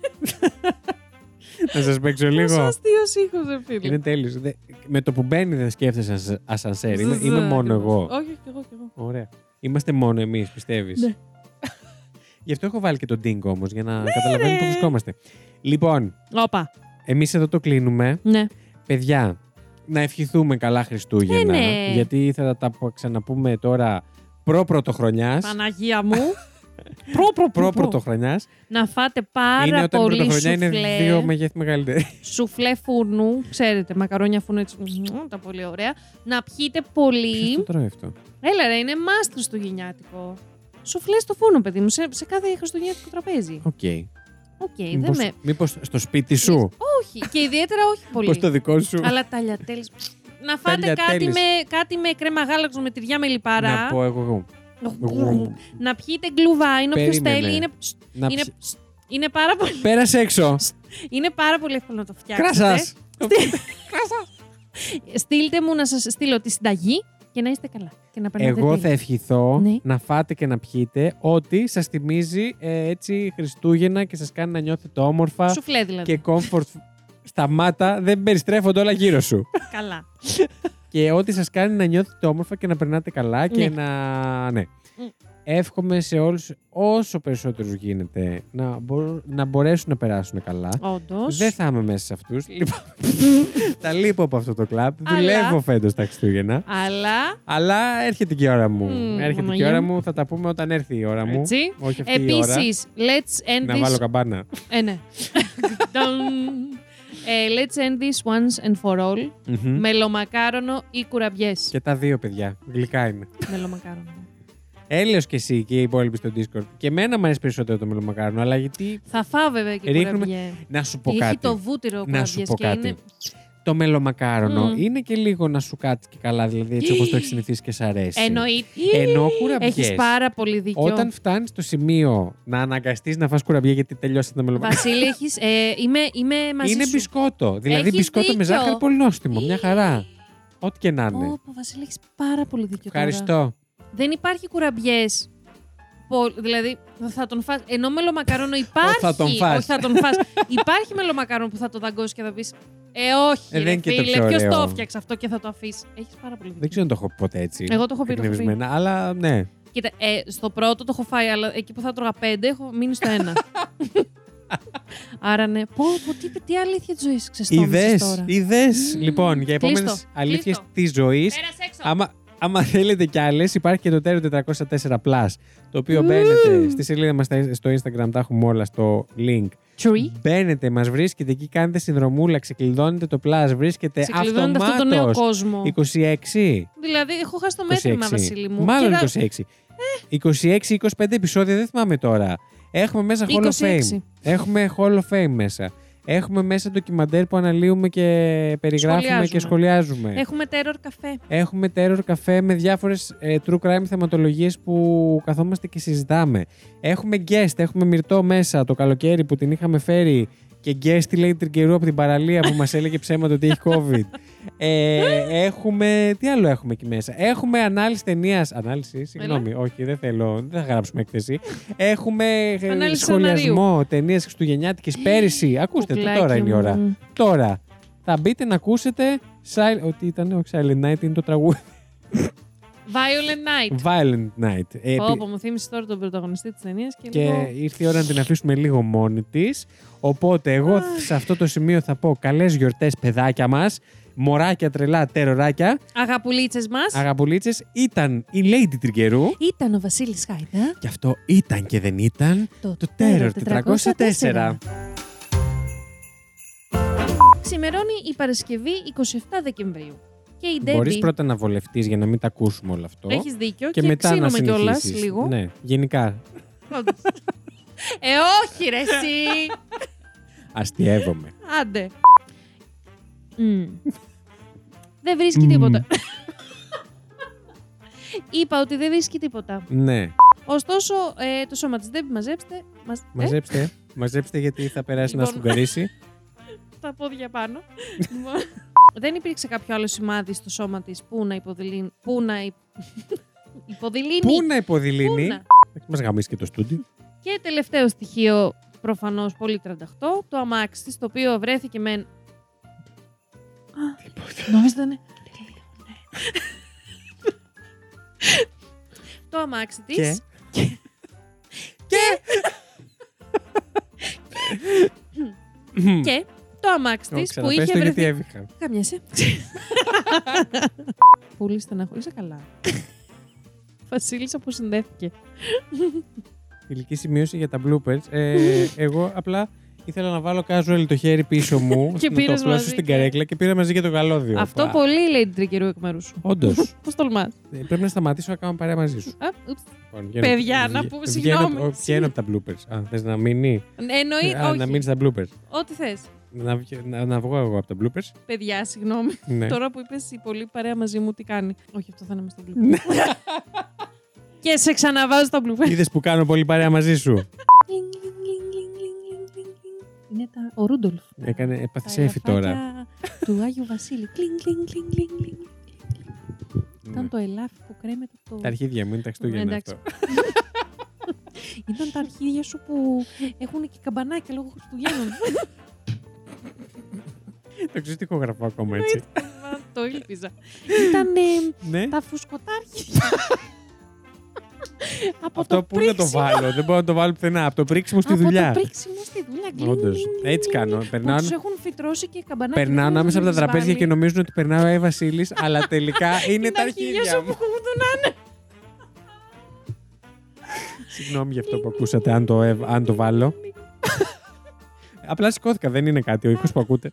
να σας παίξω
Πόσο
λίγο.
αστείος ήχος, ρε φίλε.
είναι τέλειος. Με το που μπαίνει δεν σκέφτεσαι ασ- ασανσέρ. Είμαι,
Ζζζ,
είμαι μόνο
ακριβώς.
εγώ.
Όχι, κι εγώ, κι εγώ.
Ωραία. Είμαστε μόνο εμείς, πιστεύεις.
Ναι.
Γι' αυτό έχω βάλει και τον Ding όμως, για να καταλαβαίνουμε
ρε.
πού βρισκόμαστε. Λοιπόν,
Όπα,
εμείς εδώ το κλείνουμε.
ναι.
Παιδιά, να ευχηθούμε καλά Χριστούγεννα.
Ε, ναι.
Γιατί θα τα πω- ξαναπούμε τώρα προ-πρωτοχρονιά.
Παναγία μου. Προ, προ, προ, προ.
Προ-πρωτοχρονιά.
Να φάτε
Είναι
πάρα
όταν η
πολύ
πρωτοχρονιά είναι
σουφλέ.
δύο μεγέθη μεγαλύτερη.
σουφλέ φούρνου, ξέρετε, μακαρόνια φούρνου έτσι, μμμ, τα πολύ ωραία. Να πιείτε
Ποιος το
πολύ.
τρώει αυτό.
Έλα ρε, είναι μάστ χριστουγεννιάτικο. Σουφλές στο φούρνο, παιδί μου, σε, σε κάθε χριστουγεννιάτικο τραπέζι.
Οκ.
Οκ, δεν
Μήπως-
με...
Μήπως στο σπίτι σου.
Όχι, και ιδιαίτερα όχι
Πώς
πολύ.
το δικό σου.
Αλλά ταλιατέλες. Να φάτε κάτι
Ταλιατέλες.
με, κάτι με κρέμα γάλακτος με τυριά με
Να
λιπαρά.
πω εγώ. εγώ.
Να πιείτε γκλουβάινο, όποιος
Περίμενε.
θέλει. Είναι, ψ,
Να
είναι,
ψ-
ψ, είναι, πάρα πολύ,
Πέρασε έξω.
είναι πάρα πολύ εύκολο να το φτιάξετε.
Κράσας.
Στείλτε μου να σας στείλω τη συνταγή και να είστε καλά. Και να περνάτε
Εγώ
τέλεια.
θα ευχηθώ
Ναι.
να φάτε και να πιείτε ό,τι σας θυμίζει ε, έτσι Χριστούγεννα και σας κάνει να νιώθετε όμορφα
Σουφλέ δηλαδή.
και comfort. Σταμάτα, δεν περιστρέφονται όλα γύρω σου.
Καλά.
και ό,τι σας κάνει να νιώθετε όμορφα και να περνάτε καλά και
Ναι.
να. Ναι.
Μμ.
Εύχομαι σε όλους όσο περισσότερους γίνεται να, μπο- να μπορέσουν να περάσουν καλά.
Όντως.
Δεν θα είμαι μέσα σε αυτούς. Λοιπόν, τα λείπω από αυτό το κλαμπ.
Αλλά-
Δουλεύω φέτος τα Χριστούγεννα.
Αλλά.
Αλλά έρχεται και η ώρα μου.
Μμμ,
έρχεται και η
Παναγία
ώρα
μου.
μου. Θα τα πούμε όταν έρθει η ώρα μου.
Έτσι.
Όχι αυτή η ώρα.
Επίσης, let's end
Να
this.
βάλω καμπάνα.
Ε, ναι. Ντον. Ε, let's end this once and for all.
Μμμ.
Μελομακάρονο ή κουραμπιές.
Και τα δύο παιδιά. Γλυκά είναι.
Μελομακάρονο.
Έλεος και εσύ και οι υπόλοιποι στο Discord. Και εμένα μου αρέσει περισσότερο το μελομακάρονο, αλλά γιατί.
Θα φάω βέβαια και
Ρίχνουμε
κουραμπιέ.
Να σου πω
Έχει
κάτι.
το βούτυρο
Να
κουραμπιέ
σου πω
και
κάτι.
είναι.
Το μελομακάρονο
Μμμ.
είναι και λίγο να σου κάτσει και καλά, δηλαδή έτσι όπως το έχεις συνηθίσει και σ' αρέσει.
Εννοείται.
Ενώ κουραμπιές,
Έχεις πάρα πολύ δίκιο.
Όταν φτάνεις στο σημείο να αναγκαστείς να φας κουραμπιέ γιατί τελειώσει το μελομακάρονο.
Βασίλη, έχεις, ε, είμαι, είμαι μαζί
Είναι
σου.
μπισκότο. Δηλαδή
Έχεις
μπισκότο με
δίκιο.
ζάχαρη πολύ νόστιμο. Μια χαρά. Ό,τι και να είναι.
Ω, πω, Βασίλη, έχεις πάρα πολύ δίκιο τώρα.
Ευχαριστώ.
Δεν υπάρχει κουραμπιές. Δηλαδή, θα τον φας. Ενώ μελομακαρόνο υπάρχει.
θα τον φας.
Όχι, θα τον φας. υπάρχει μελομακαρόνο που θα το δαγκώσει και θα πεις. Ε, όχι.
Ε,
ρε,
δεν είναι και το
φίλε,
πιο
ποιος
ωραίο.
το έφτιαξε αυτό και θα το αφήσει. Έχεις πάρα πολύ δίκιο.
Δεν ξέρω αν το έχω πει ποτέ έτσι.
Εγώ το έχω πει, το έχω πει.
εκνευρισμένα, αλλά ναι.
Κοίτα, ε, στο πρώτο το έχω φάει, αλλά εκεί που θα τρώγα πέντε έχω μείνει στο ένα. Άρα ναι. Πω, πω, τι, τι αλήθεια της ζωής ξεστόμησες
Ιδέες.
τώρα.
Ιδέες.
Μμμ.
Λοιπόν, για
Κλείστο,
επόμενες αλήθειες
κλείστο.
της ζωής.
Πέρασε έξω.
Άμα, άμα θέλετε κι άλλες, υπάρχει και το Tero 404 Plus. Το οποίο
Ου.
μπαίνετε στη σελίδα μας στο Instagram, τα έχουμε όλα στο link.
Tree.
Μπαίνετε, μας βρίσκετε εκεί, κάνετε συνδρομούλα, ξεκλειδώνετε το Plus, βρίσκετε
Συγκλειδώνεται αυτόν τον νέο
αυτομάτως.
κόσμο.
26.
Δηλαδή, έχω χάσει το
26.
μέτρημα, Βασίλη μου.
Μάλλον
Κοίτα, Ε.
26. 26-25 επεισόδια, δεν θυμάμαι τώρα. Έχουμε μέσα Hall of
26.
Fame. Έχουμε Hall of Fame μέσα. Έχουμε μέσα ντοκιμαντέρ που αναλύουμε και περιγράφουμε
Σχολιάζουμε.
και σχολιάζουμε.
Έχουμε terror καφέ.
Έχουμε terror καφέ με διάφορες true crime θεματολογίες που καθόμαστε και συζητάμε. Έχουμε guest, έχουμε μυρτό μέσα το καλοκαίρι που την είχαμε φέρει και guest τη λέει την καιρού από την παραλία που μας έλεγε ψέματα ότι έχει COVID. ε, έχουμε. Τι άλλο έχουμε εκεί μέσα. Έχουμε ανάλυση ταινίας. Ανάλυση, συγγνώμη, όχι, δεν θέλω, δεν θα γράψουμε έκθεση. Έχουμε ε,
Ανάλυση
σχολιασμό ταινία Χριστουγεννιάτικη πέρυσι. Ακούστε, το, τώρα
Κουκλάκι
είναι η ώρα
μου.
τώρα. Θα μπείτε να ακούσετε Sil- ότι ήταν όχι Silent Night, είναι το τραγούδι.
Violent Night.
Violent Night. Ε, επι-
Όπω μου θύμισε τώρα τον πρωταγωνιστή της ταινίας και,
και
λίγο.
ήρθε η ώρα να την αφήσουμε λίγο μόνη της. Οπότε, εγώ σε αυτό το σημείο θα πω καλές γιορτές, παιδάκια μας. Μωράκια, τρελά, τεροράκια.
Αγαπουλίτσες μας.
Αγαπουλίτσες, ήταν η Lady Τριγκερού.
Ήταν ο Βασίλης Χάιντα.
Και αυτό ήταν και δεν ήταν
Το
το Terror
404.
404.
Ξημερώνει η Παρασκευή 27 Δεκεμβρίου. Και η
Μπορείς
Ντέμπι.
πρώτα να βολευτείς για να μην τα ακούσουμε όλο αυτό.
Έχεις δίκιο
και,
και,
μετά να
ξύνομαι κιόλα
συνεχίσεις.
λίγο.
Ναι, γενικά.
ε, όχι, ρε, εσύ.
Αστειεύομαι.
Άντε. Μμμ. Δεν βρίσκει
Μμμ.
τίποτα. Είπα ότι δεν βρίσκει τίποτα.
ναι.
Ωστόσο, ε, το σώμα της Ντέμπι μαζέψτε. Μαζ... ε,
Μαζέψτε. Μαζέψτε γιατί θα περάσει να
Λοιπόν.
σφουγγαρίσει.
τα πόδια πάνω. Λοιπόν, δεν υπήρξε κάποιο άλλο σημάδι στο σώμα της που να υποδηλύνει. Που να υ- υποδηλύνει.
Πού να
Πού
υποδηλύνει.
να.
Μας γαμίσει και το στούντι.
Και τελευταίο στοιχείο, προφανώς πολύ 38, το αμάξι της, το οποίο βρέθηκε μεν. Νομίζω ήταν. Το αμάξι της.
Και. Και.
Και το αμάξι
Ω,
της που
ξαναπες
είχε
το γιατί
βρεθεί.
έβηχα.
Καμιάσαι. Πολύ στεναχωρήσα καλά. Βασίλης αποσυνδέθηκε.
Ηλική σημείωση για τα bloopers. Ε, εγώ απλά ήθελα να βάλω casual το χέρι πίσω μου.
Και
να το
πήρες
απλώσω
μαζί
στην
και-
καρέκλα και πήρα μαζί και το γαλόδιο.
Αυτό πολύ λέει την τρικερού εκ μέρους σου.
Όντως.
Πώς τολμάς.
ε, πρέπει να σταματήσω να κάνω παρέα μαζί σου. Λοιπόν, βγαίνω-
Παιδιά, να
βγα-
πω,
βγαίνω-
συγγνώμη.
ο- Βγαίνω από τα bloopers. Α, θες να μείνει.
Εννοεί.
Ναι, Α, να μείνει
Όχι.
στα bloopers.
Ό,τι θες.
Να, βγε- να, να βγω εγώ από τα bloopers.
Παιδιά, συγγνώμη.
Ναι.
Τώρα που είπες η πολύ παρέα μαζί μου, τι κάνει. Όχι, αυτό θα είναι μες στο blooper.
Ναι.
Και σε ξαναβάζω στο blooper.
Είδες που κάνω πολύ παρέα μαζί σου.
Είναι τα... ο Ρούντολφ.
Έκανε, έπαθε
Τα
σέφι τώρα.
ελαφάκια Του Άγιου Βασίλη. Κλιν, κλιν, κλιν, κλιν, κλιν. Ήταν
Ναι.
το ελάφι που κρέμεται το.
Τα αρχίδια μου είναι τα Χριστούγεννα
Ναι, Εντάξει.
αυτό.
Ήταν τα αρχίδια σου που έχουν και καμπανάκια λόγω Χριστουγέννων.
Το ξέρεις τι ηχογραφώ ακόμα έτσι.
Μα, το ήλπιζα. Ήταν ε,
ναι.
τα φουσκωτάρχια. Από
Αυτό
το
πού να το
πρίξιμο-
βάλω. Δεν μπορώ να το βάλω πουθενά. Από το πρίξιμο στη
από
δουλειά.
το πρίξιμο στη δουλειά. Κλιν,
Όντω.
κλιν, κλιν,
Έτσι
κλιν,
κάνω.
Που
Περνάω,
τους έχουν φυτρώσει και καμπανάκια.
περνάω
δεν
ανάμεσα από τα
τους έχεις
τραπέζια και
βάλει.
νομίζουν ότι περνάω ο Εύα Σίλης, αλλά τελικά είναι
Είναι
τα αρχίδια
σου
μου.
που κουδουνάνε.
Συγγνώμη για αυτό που ακούσατε, αν το, εύ- αν το βάλω. Απλά σηκώθηκα, δεν είναι κάτι. Ο ήχος που ακούτε.